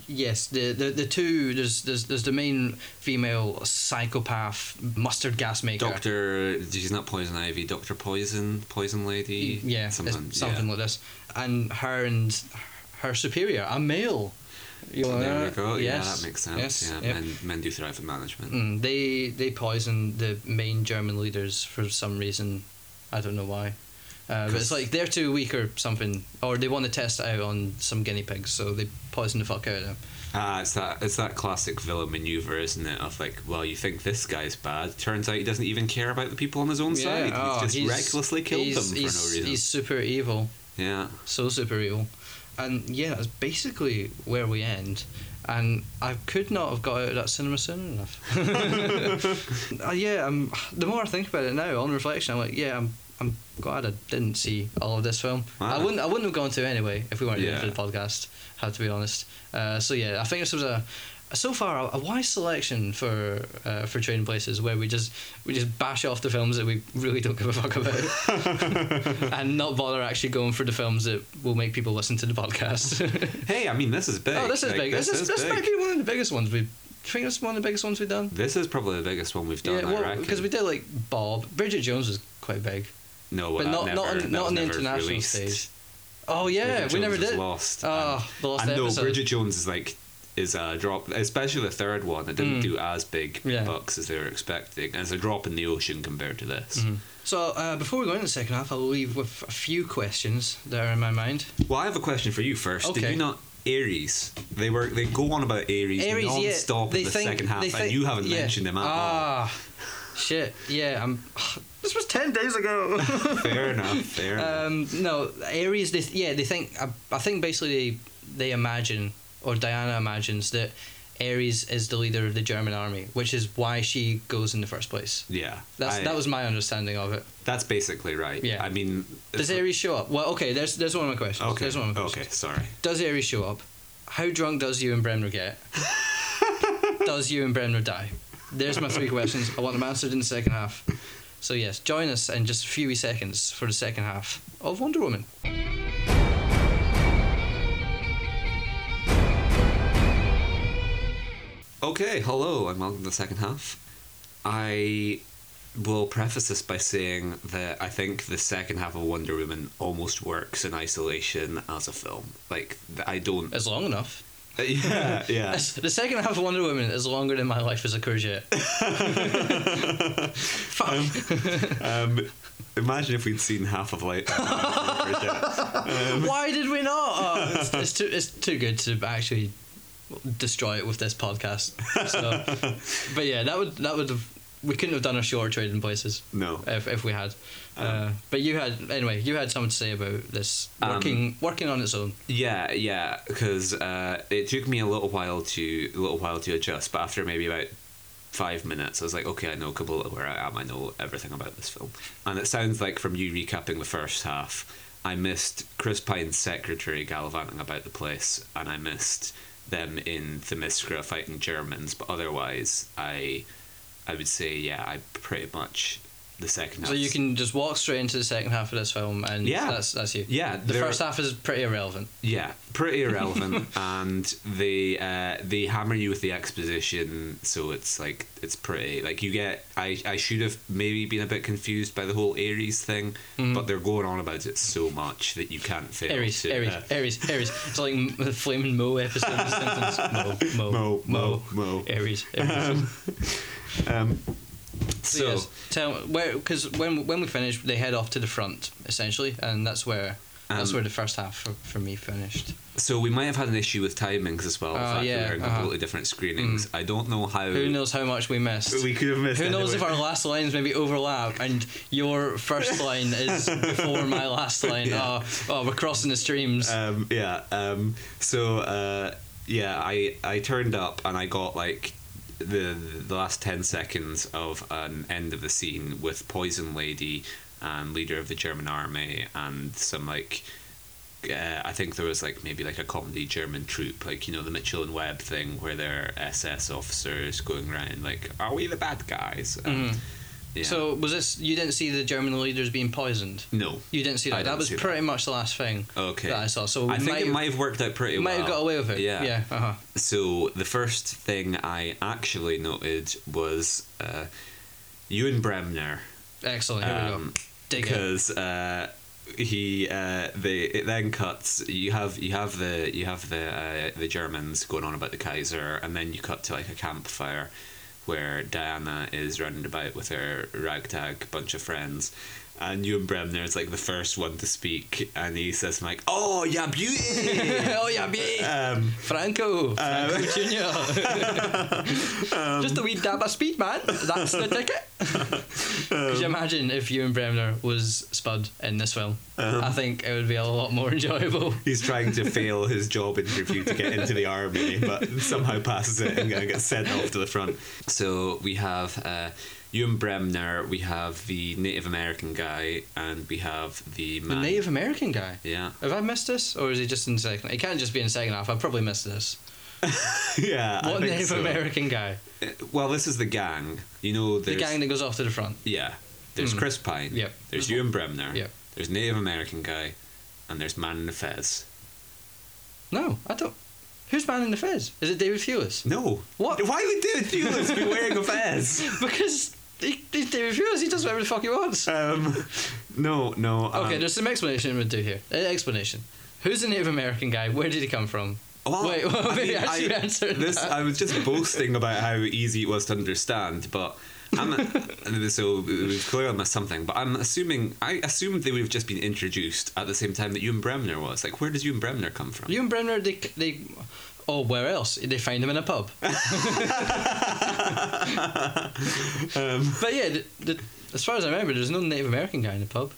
Speaker 1: yes, the, the the two there's there's there's the main female psychopath mustard gas maker.
Speaker 2: Doctor, she's not poison ivy. Doctor Poison, Poison Lady.
Speaker 1: yeah, it's something,
Speaker 2: something,
Speaker 1: like this. And her and her superior, a male. You
Speaker 2: yeah.
Speaker 1: wanna-
Speaker 2: There we go. Yeah,
Speaker 1: yes,
Speaker 2: that makes sense.
Speaker 1: yes,
Speaker 2: yeah,
Speaker 1: yep.
Speaker 2: men, men do thrive in management.
Speaker 1: Mm, they they poisoned the main German leaders for some reason. I don't know why. Uh, but it's
Speaker 2: 'Cause-
Speaker 1: like they're too weak or something, or they want to test it out on some guinea pigs, so they poison the fuck out of them.
Speaker 2: Ah, it's that it's that classic villain maneuver, isn't it? Of like, well, you think this guy's bad, turns out he doesn't even care about the people on his own side.
Speaker 1: oh,
Speaker 2: he's just recklessly killed
Speaker 1: he's-
Speaker 2: them for
Speaker 1: he's-
Speaker 2: no reason.
Speaker 1: He's super evil,
Speaker 2: yeah,
Speaker 1: so super evil, and yeah, that's basically where we end. And I could not have got out of that cinema soon enough. uh, yeah, um, the more I think about it now, on reflection, I'm like, yeah, I'm, I'm glad I didn't see all of this film. I
Speaker 2: Wow.
Speaker 1: wouldn't, I wouldn't have gone to anyway if we weren't doing it for
Speaker 2: Yeah.
Speaker 1: the podcast. Had to be honest. Uh, so yeah, I think this was a, so far a, a wise selection for uh, for trading places where we just we just bash off the films that we really don't give a fuck about,
Speaker 2: [laughs]
Speaker 1: and not bother actually going for the films that will make people listen to the podcast.
Speaker 2: hey, I mean, this
Speaker 1: [laughs]
Speaker 2: is big.
Speaker 1: oh, this is
Speaker 2: Like,
Speaker 1: big. This, is, this might be one of the biggest ones we. I think it's one of the biggest ones we've done.
Speaker 2: This is probably the biggest one we've done.
Speaker 1: yeah,
Speaker 2: I
Speaker 1: well,
Speaker 2: reckon.
Speaker 1: because we did like Bob. Bridget Jones was quite big.
Speaker 2: no,
Speaker 1: but
Speaker 2: well, that
Speaker 1: not- not
Speaker 2: never-
Speaker 1: on-
Speaker 2: that
Speaker 1: not
Speaker 2: was
Speaker 1: on the
Speaker 2: never
Speaker 1: international
Speaker 2: released.
Speaker 1: stage. Oh yeah, we
Speaker 2: Bridget Jones
Speaker 1: never
Speaker 2: was
Speaker 1: did.
Speaker 2: lost.
Speaker 1: Oh, the lost
Speaker 2: and no,
Speaker 1: episode.
Speaker 2: Bridget Jones is like is a drop, especially the third one. It didn't
Speaker 1: Mm.
Speaker 2: do as big
Speaker 1: Yeah.
Speaker 2: bucks as they were expecting, and it's a drop in the ocean compared to this.
Speaker 1: So uh, before we go into the second half, I'll leave with a few questions that are in my mind.
Speaker 2: Well, I have a question for you first.
Speaker 1: Okay.
Speaker 2: Did you not Aries? They were they go on about Aries,
Speaker 1: Aries, yeah,
Speaker 2: non-stop
Speaker 1: they
Speaker 2: in the
Speaker 1: think-
Speaker 2: second half,
Speaker 1: they
Speaker 2: and
Speaker 1: think-
Speaker 2: you haven't
Speaker 1: yeah.
Speaker 2: mentioned them at
Speaker 1: Ah, shit. Yeah, I'm. [sighs] This was ten days ago.
Speaker 2: all. [laughs]
Speaker 1: [laughs]
Speaker 2: Fair enough. Fair enough.
Speaker 1: um, no, Aries. They, yeah, they think. I, I think basically they, they imagine, or Diana imagines that Aries is the leader of the German army, which is why she goes in the first place.
Speaker 2: Yeah,
Speaker 1: That's
Speaker 2: I-
Speaker 1: that was my understanding of it.
Speaker 2: that's basically right.
Speaker 1: Yeah.
Speaker 2: I mean,
Speaker 1: Does
Speaker 2: it's-
Speaker 1: Aries show up? Well, okay. There's there's one of my questions.
Speaker 2: Okay.
Speaker 1: There's one of my
Speaker 2: Okay.
Speaker 1: questions.
Speaker 2: Sorry.
Speaker 1: Does Aries show up? How drunk does you and Bremner get? does you and Bremner die? There's my three questions. I want them answered in the second half. So yes, join us in just a few wee seconds for the second half of Wonder Woman.
Speaker 2: Okay, hello, and welcome to the second half. I will preface this by saying that I think the second half of Wonder Woman almost works in isolation as a film. Like, th- I
Speaker 1: [laughs]
Speaker 2: don't. [laughs]
Speaker 1: It's long enough.
Speaker 2: yeah, yeah. [laughs]
Speaker 1: The second half of Wonder Woman is longer than my life as a courtier. Fuck.
Speaker 2: Um, imagine if we'd seen half of like.
Speaker 1: Why did we not? Oh, it's, it's too it's too good to actually destroy it with this podcast. So, but yeah, that would that would have we couldn't have done a short trade in places
Speaker 2: No.
Speaker 1: if, if we had.
Speaker 2: Um,
Speaker 1: uh, but you had anyway. You had something to say about this
Speaker 2: Um,
Speaker 1: working working on its own.
Speaker 2: Yeah, yeah, because uh, it took me a little while to a little while to adjust, but after maybe about five minutes, I was like, okay, I know Kabul where I am. I know everything about this film, and it sounds like from you recapping the first half, I missed Chris Pine's secretary gallivanting about the place, and I missed them in Themyscira fighting Germans. But otherwise, I, I would say, yeah, I pretty much the second.
Speaker 1: So you
Speaker 2: half's-
Speaker 1: can just walk straight into the second half of this film, and
Speaker 2: Yeah.
Speaker 1: that's that's you.
Speaker 2: Yeah,
Speaker 1: the
Speaker 2: there-
Speaker 1: first half is pretty irrelevant.
Speaker 2: Yeah,
Speaker 1: [laughs]
Speaker 2: pretty irrelevant, and they uh, they hammer you with the exposition, so it's like it's pretty like you get. I I should have maybe been a bit confused by the whole Aries thing,
Speaker 1: Mm-hmm.
Speaker 2: but they're going on about it so much that you can't fail.
Speaker 1: Aries,
Speaker 2: to,
Speaker 1: Aries,
Speaker 2: uh,
Speaker 1: Aries, Aries. It's like m- the flaming Mo episode. of The
Speaker 2: [laughs]
Speaker 1: Simpsons. Mo, Mo,
Speaker 2: Mo, Mo, Mo. [laughs] Um,
Speaker 1: Aries. Aries. So,
Speaker 2: so
Speaker 1: yes, tell where because when when we finish, they head off to the front essentially, and that's where that's
Speaker 2: Um,
Speaker 1: where the first half for, for me finished.
Speaker 2: so we might have had an issue with timings as well. the
Speaker 1: Oh,
Speaker 2: fact that
Speaker 1: yeah,
Speaker 2: we're in
Speaker 1: uh-huh. Mm.
Speaker 2: completely different screenings. I don't know how.
Speaker 1: Who knows how much we missed?
Speaker 2: We could have missed.
Speaker 1: Who knows if
Speaker 2: anyway.
Speaker 1: our last lines maybe overlap and your first line
Speaker 2: [laughs]
Speaker 1: is before my last line?
Speaker 2: Yeah.
Speaker 1: Oh, oh, we're crossing the streams.
Speaker 2: um, yeah. Um, so uh, yeah, I I turned up and I got like the the last ten seconds of an end of the scene with Poison Lady and leader of the German army and some like. Uh, I think there was like maybe like a comedy German troupe, like you know the Mitchell and Webb thing, where they're SS officers going around like, "Are we the bad guys?" And, yeah.
Speaker 1: Mm-hmm. So was this? You didn't see the German leaders being poisoned.
Speaker 2: no,
Speaker 1: You didn't see that.
Speaker 2: I
Speaker 1: that
Speaker 2: didn't
Speaker 1: was
Speaker 2: see that.
Speaker 1: pretty much the last thing
Speaker 2: okay.
Speaker 1: that I saw. So we
Speaker 2: I think
Speaker 1: might,
Speaker 2: it might have worked out pretty
Speaker 1: might
Speaker 2: well.
Speaker 1: have got away with it.
Speaker 2: Yeah,
Speaker 1: Yeah. Uh-huh.
Speaker 2: So the first thing I actually noted was uh, Ewan Bremner,
Speaker 1: Excellent. Here we go.
Speaker 2: Um,
Speaker 1: Dig it.
Speaker 2: because uh, he uh, they it then cuts. You have you have the you have the uh, the Germans going on about the Kaiser, and then you cut to like a campfire where Diana is running about with her ragtag bunch of friends. And Ewan Bremner is like the first one to speak, and he says, "Like, oh yeah, beauty."
Speaker 1: [laughs] oh yeah, me.
Speaker 2: um,
Speaker 1: Franco, Franco
Speaker 2: Uh, [laughs]
Speaker 1: Junior.
Speaker 2: Um,
Speaker 1: Just a wee dab of speed, man. That's the
Speaker 2: [laughs]
Speaker 1: ticket. Could
Speaker 2: Um,
Speaker 1: you imagine if Ewan Bremner was Spud in this film?
Speaker 2: um,
Speaker 1: I think it would be a lot more [laughs] enjoyable.
Speaker 2: He's trying to fail his job interview to get into the army, but somehow passes it and gets sent off to the front. So we have uh, Ewan Bremner, we have the Native American guy, and we have the
Speaker 1: The
Speaker 2: man.
Speaker 1: Native American guy.
Speaker 2: yeah,
Speaker 1: Have I missed this, or is he just in second? It can't just be in second half. I've probably missed this.
Speaker 2: yeah. I
Speaker 1: What
Speaker 2: think
Speaker 1: Native
Speaker 2: so.
Speaker 1: American guy?
Speaker 2: Uh, Well, this is the gang. You know,
Speaker 1: The
Speaker 2: there's,
Speaker 1: gang that goes off to the front.
Speaker 2: Yeah, there's
Speaker 1: Mm.
Speaker 2: Chris Pine.
Speaker 1: Yep.
Speaker 2: There's Ewan Bremner.
Speaker 1: Yep.
Speaker 2: There's Native American guy, and there's man in the fez.
Speaker 1: No, I don't. Who's man in the fez? Is it David Thewlis?
Speaker 2: No.
Speaker 1: What?
Speaker 2: Why would David Thewlis be wearing a [laughs] fez?
Speaker 1: [laughs] because he, he's David Thewlis. He does whatever the fuck he wants.
Speaker 2: Um, no, no. um,
Speaker 1: Okay, there's some explanation we'll do here. Uh, explanation. Who's the Native American guy? Where did he come from?
Speaker 2: Well,
Speaker 1: Wait, [laughs] well, maybe I should answer
Speaker 2: this.
Speaker 1: that.
Speaker 2: I was just boasting about how easy it was to understand, but
Speaker 1: [laughs]
Speaker 2: I'm, so we've clearly missed something. But I'm assuming I assumed they would have just been introduced at the same time that Ewan Bremner was. Like, where does Ewan Bremner come from? [laughs]
Speaker 1: You [laughs] and Bremner, they, they, oh, where else? They find him in a
Speaker 2: [laughs]
Speaker 1: pub.
Speaker 2: Um,
Speaker 1: but yeah, the, the, as far as I remember, there's no Native American guy in the pub.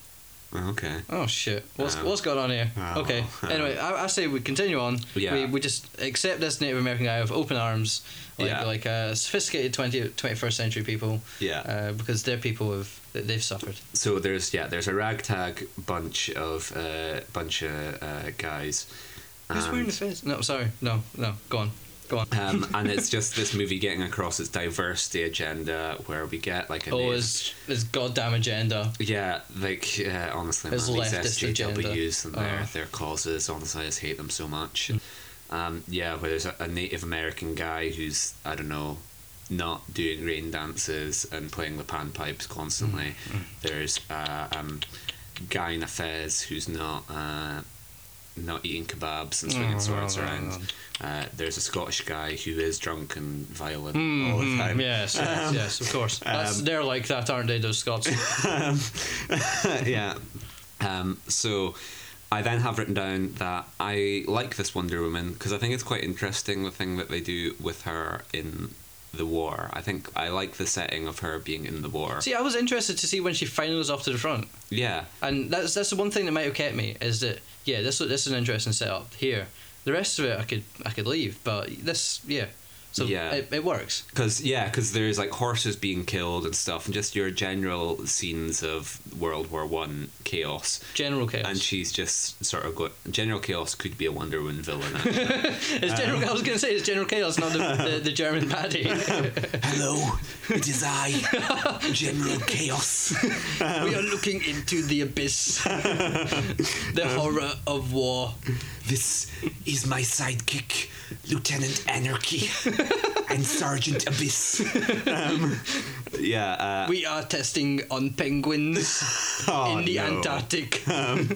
Speaker 2: Okay.
Speaker 1: Oh shit! What's
Speaker 2: Oh.
Speaker 1: what's going on here?
Speaker 2: Oh,
Speaker 1: okay.
Speaker 2: oh.
Speaker 1: Anyway, I, I say we continue on.
Speaker 2: Yeah.
Speaker 1: We, we just accept this Native American guy with open arms, like
Speaker 2: Yeah.
Speaker 1: like uh, sophisticated 20, 21st century people.
Speaker 2: Yeah.
Speaker 1: Uh, because they're people of that they've suffered.
Speaker 2: so there's yeah there's a ragtag bunch of uh, bunch of uh, guys.
Speaker 1: Who's
Speaker 2: and-
Speaker 1: wearing the fez? No, sorry, no, no. Go on. Go
Speaker 2: [laughs]
Speaker 1: on.
Speaker 2: Um,
Speaker 1: [laughs]
Speaker 2: and it's just this movie getting across its diversity agenda, where we get like a
Speaker 1: Oh,
Speaker 2: name-
Speaker 1: his, his goddamn agenda.
Speaker 2: yeah, like uh, honestly, man,
Speaker 1: His
Speaker 2: these
Speaker 1: leftist agenda.
Speaker 2: SJWs and their
Speaker 1: Oh.
Speaker 2: their causes. Honestly, I just hate them so much.
Speaker 1: Hmm.
Speaker 2: Um, yeah, where there's a, a Native American guy who's I don't know, not doing rain dances and playing the panpipes constantly.
Speaker 1: Hmm,
Speaker 2: There's a um, guy in a fez who's not. Uh, not eating kebabs and swinging
Speaker 1: Oh,
Speaker 2: swords
Speaker 1: no, no,
Speaker 2: around.
Speaker 1: no.
Speaker 2: Uh, there's a Scottish guy who is drunk and violent
Speaker 1: Mm,
Speaker 2: all the
Speaker 1: mm,
Speaker 2: time. Um,
Speaker 1: Yes, yes, yes, of course. That's, they're like that, aren't they, those
Speaker 2: [laughs]
Speaker 1: Scots?
Speaker 2: yeah. Um, so I then have written down that I like this Wonder Woman because I think it's quite interesting the thing that they do with her in the war. I think I like the setting of her being in the war.
Speaker 1: see, I was interested to see when she finally was off to the front.
Speaker 2: yeah.
Speaker 1: And that's that's the one thing that might have kept me is that yeah, this this is an interesting setup here. The rest of it I could I could leave, but this yeah, so
Speaker 2: Yeah.
Speaker 1: it, it works.
Speaker 2: Because yeah, 'cause there's like horses being killed and stuff, and just your general scenes of World War One chaos.
Speaker 1: General chaos. [laughs]
Speaker 2: And she's just sort of go General Chaos could be a Wonder Woman villain.
Speaker 1: [laughs]
Speaker 2: actually. um,
Speaker 1: it's general. I was gonna say it's general chaos, not the the, the German baddie.
Speaker 2: [laughs] Hello, it is I, General Chaos.
Speaker 1: we are looking into the
Speaker 2: [laughs]
Speaker 1: abyss, the horror of war.
Speaker 2: This is my sidekick, Lieutenant Anarchy and Sergeant Abyss. Um, yeah. Uh,
Speaker 1: We are testing on penguins
Speaker 2: [laughs] oh,
Speaker 1: in the
Speaker 2: no. [laughs]
Speaker 1: Antarctic. Um,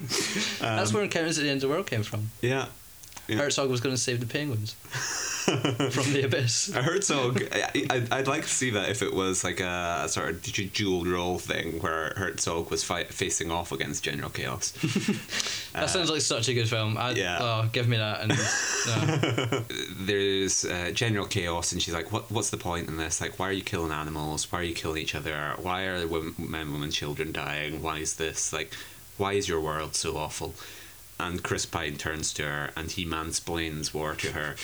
Speaker 1: That's where Encounters at the End of the World came from.
Speaker 2: Yeah. Yeah.
Speaker 1: Herzog was going to save the
Speaker 2: [laughs]
Speaker 1: penguins from the abyss.
Speaker 2: A Herzog, I, I'd, I'd like to see that if it was like a, sort of d- dual role thing where Herzog was fi- facing off against General Chaos.
Speaker 1: That sounds like such a good film. I,
Speaker 2: yeah.
Speaker 1: Oh, give me that.
Speaker 2: [laughs]
Speaker 1: And uh, no.
Speaker 2: there's uh, general chaos, and she's like, "What? What's the point in this? Like, why are you killing animals? Why are you killing each other? Why are women, men, women, children dying? Why is this? Like, why is your world so awful?" And Chris Pine turns to her, and he mansplains war to her,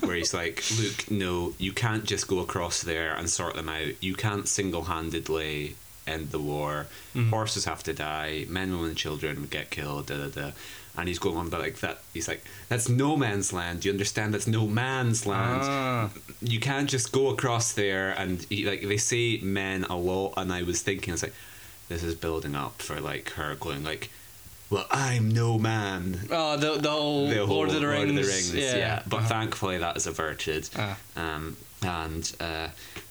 Speaker 2: where he's like, "Look, no, you can't just go across there and sort them out. You can't single-handedly." End the war. Horses have to die. Men, women, children get killed. Da da da and he's going on about like that. He's like, "That's no man's land. Do you understand? That's no man's land.
Speaker 1: Ah.
Speaker 2: You can't just go across there." And he, like they say men a lot, and I was thinking, I was like, "This is building up for like her going like, well, I'm no man."
Speaker 1: oh, the, the whole
Speaker 2: The whole
Speaker 1: Lord of the Rings.
Speaker 2: yeah.
Speaker 1: Yeah.
Speaker 2: But
Speaker 1: Uh-huh.
Speaker 2: thankfully, that is averted.
Speaker 1: Ah.
Speaker 2: Um, and uh,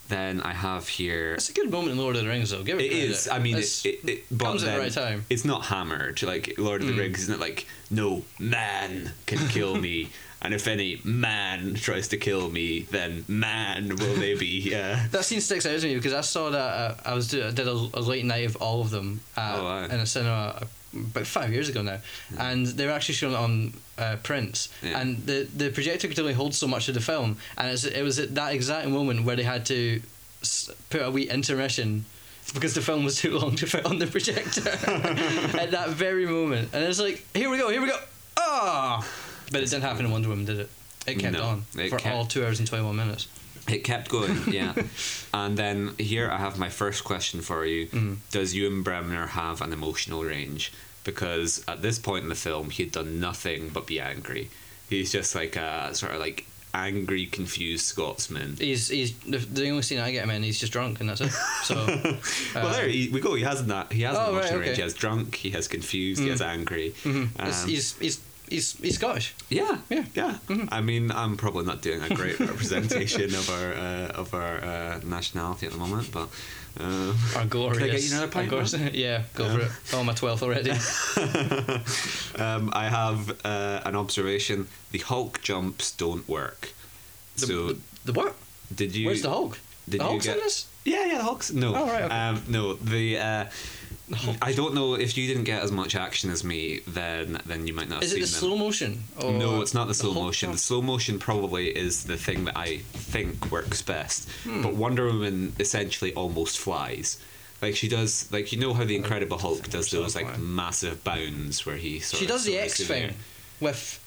Speaker 2: then I have here.
Speaker 1: It's a good moment in Lord of the Rings, though. Give it
Speaker 2: It is.
Speaker 1: credit.
Speaker 2: I mean,
Speaker 1: That's-
Speaker 2: it, it, it but
Speaker 1: comes at the
Speaker 2: then
Speaker 1: right time. Hmm.
Speaker 2: It's not hammered like Lord of the Rings. Isn't it like no man can
Speaker 1: [laughs]
Speaker 2: kill me, and if any man tries to kill me, then man will they be? uh, Yeah.
Speaker 1: That scene sticks out to me because I saw that uh, I was do, I did a, a late night of all of them at,
Speaker 2: Oh, wow.
Speaker 1: in a cinema about five years ago now, and they were actually showing it on uh, Prince,
Speaker 2: Yeah.
Speaker 1: and the the projector could only hold so much of the film, and it's, it was at that exact moment where they had to s- put a wee intermission. Because the film was [laughs] too long to fit on the
Speaker 2: [laughs]
Speaker 1: projector at that very moment, and it's like, here we go, here we go, ah! But it didn't happen in Wonder Woman, did it? It kept
Speaker 2: No,
Speaker 1: on
Speaker 2: it
Speaker 1: for
Speaker 2: kept-
Speaker 1: all two hours and twenty-one minutes.
Speaker 2: It kept
Speaker 1: [laughs]
Speaker 2: going. Yeah. and then here I have my first question for you:
Speaker 1: Mm-hmm.
Speaker 2: Does Ewan Bremner have an emotional range? Because at this point in the film, he had done nothing but be angry. He's just like a sort of like angry, confused Scotsman.
Speaker 1: He's he's the, the only scene I get him in. He's just drunk and that's it. So
Speaker 2: [laughs] Well, there he, we go. He has that. He has
Speaker 1: Oh,
Speaker 2: an
Speaker 1: right,
Speaker 2: emotional
Speaker 1: okay.
Speaker 2: range.
Speaker 1: Mm-hmm.
Speaker 2: He has drunk. He has confused. He has angry.
Speaker 1: mhm. he's,
Speaker 2: Um,
Speaker 1: he's he's he's he's Scottish.
Speaker 2: yeah,
Speaker 1: Yeah. Mm-hmm.
Speaker 2: yeah. I mean, I'm probably not doing a
Speaker 1: [laughs]
Speaker 2: great representation of our uh, of our uh, nationality at the moment, but um,
Speaker 1: Or glorious.
Speaker 2: Can I get you another
Speaker 1: Of
Speaker 2: pint,
Speaker 1: course. [laughs] yeah, go for it. Oh, my twelfth
Speaker 2: [laughs]
Speaker 1: already.
Speaker 2: um, I have uh, an observation: the Hulk jumps don't work.
Speaker 1: The,
Speaker 2: so,
Speaker 1: the, the what?
Speaker 2: did you?
Speaker 1: Where's the Hulk?
Speaker 2: did
Speaker 1: the
Speaker 2: you
Speaker 1: Hulk's
Speaker 2: get-
Speaker 1: in this.
Speaker 2: Yeah, yeah, the Hulk's no.
Speaker 1: Oh, right, okay.
Speaker 2: Um, no, the. Uh, I don't know if you didn't get as much action as me, then then you might not. Have
Speaker 1: Is it
Speaker 2: seen
Speaker 1: the
Speaker 2: them.
Speaker 1: slow motion? Or
Speaker 2: no, it's not the slow
Speaker 1: Hulk
Speaker 2: motion. The
Speaker 1: jump?
Speaker 2: slow motion probably is the thing that I think works best.
Speaker 1: Hmm.
Speaker 2: But Wonder Woman essentially almost flies. Like she does, like you know how the Incredible Hulk does
Speaker 1: so,
Speaker 2: those like
Speaker 1: why?
Speaker 2: massive bounds where he sort
Speaker 1: She
Speaker 2: of
Speaker 1: does the
Speaker 2: soars
Speaker 1: X
Speaker 2: in air.
Speaker 1: thing with.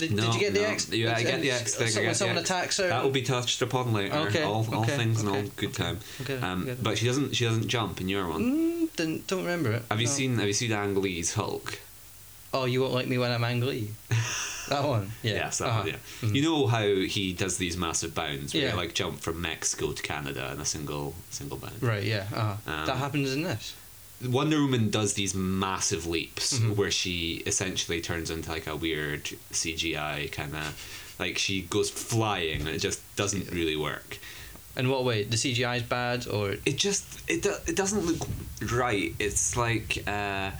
Speaker 1: Did,
Speaker 2: No,
Speaker 1: did you get the
Speaker 2: no.
Speaker 1: X?
Speaker 2: Yeah, I get the
Speaker 1: and
Speaker 2: X thing. I
Speaker 1: When
Speaker 2: get the
Speaker 1: someone
Speaker 2: X.
Speaker 1: attacks her.
Speaker 2: That will be touched upon later.
Speaker 1: Okay,
Speaker 2: all, all
Speaker 1: okay,
Speaker 2: things and all
Speaker 1: okay,
Speaker 2: good time.
Speaker 1: okay,
Speaker 2: um,
Speaker 1: okay.
Speaker 2: But she doesn't. She doesn't jump in your one.
Speaker 1: Mm, didn't, don't remember it.
Speaker 2: Have you
Speaker 1: no.
Speaker 2: seen Have you seen Ang Lee's Hulk?
Speaker 1: oh, you won't like me when I'm
Speaker 2: [laughs]
Speaker 1: angry. That one. Yeah.
Speaker 2: Yes, that
Speaker 1: uh-huh.
Speaker 2: one, yeah. You know how he does these massive bounds where
Speaker 1: Yeah.
Speaker 2: you like jump from Mexico to Canada in a single single bound.
Speaker 1: Right, yeah. Uh-huh.
Speaker 2: Um,
Speaker 1: that happens in this.
Speaker 2: Wonder Woman does these massive leaps
Speaker 1: Mm-hmm.
Speaker 2: where she essentially turns into like a weird CGI kind of like she goes flying and it just doesn't really work.
Speaker 1: In what way? The CGI is bad or.
Speaker 2: It just it do, it doesn't look right. It's like uh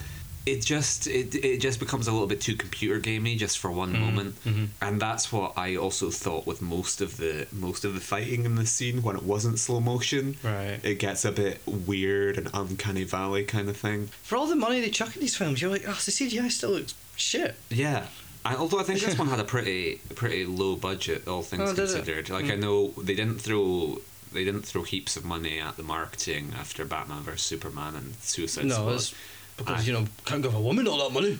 Speaker 2: it just it, it just becomes a little bit too computer gamey just for one
Speaker 1: Mm-hmm.
Speaker 2: moment, and that's what I also thought with most of the most of the fighting in this scene when it wasn't slow motion.
Speaker 1: Right.
Speaker 2: It gets a bit weird and uncanny valley kind of thing.
Speaker 1: For all the money they chuck at these films, you're like, oh, the CGI still looks shit.
Speaker 2: Yeah. I, although I think this one had a pretty [laughs] pretty low budget, all things
Speaker 1: Oh, did it?
Speaker 2: considered. Like I know they didn't throw they didn't throw heaps of money at the marketing after Batman vs Superman and Suicide
Speaker 1: no,
Speaker 2: Squad.
Speaker 1: it's because, you know, can't give a woman all that money.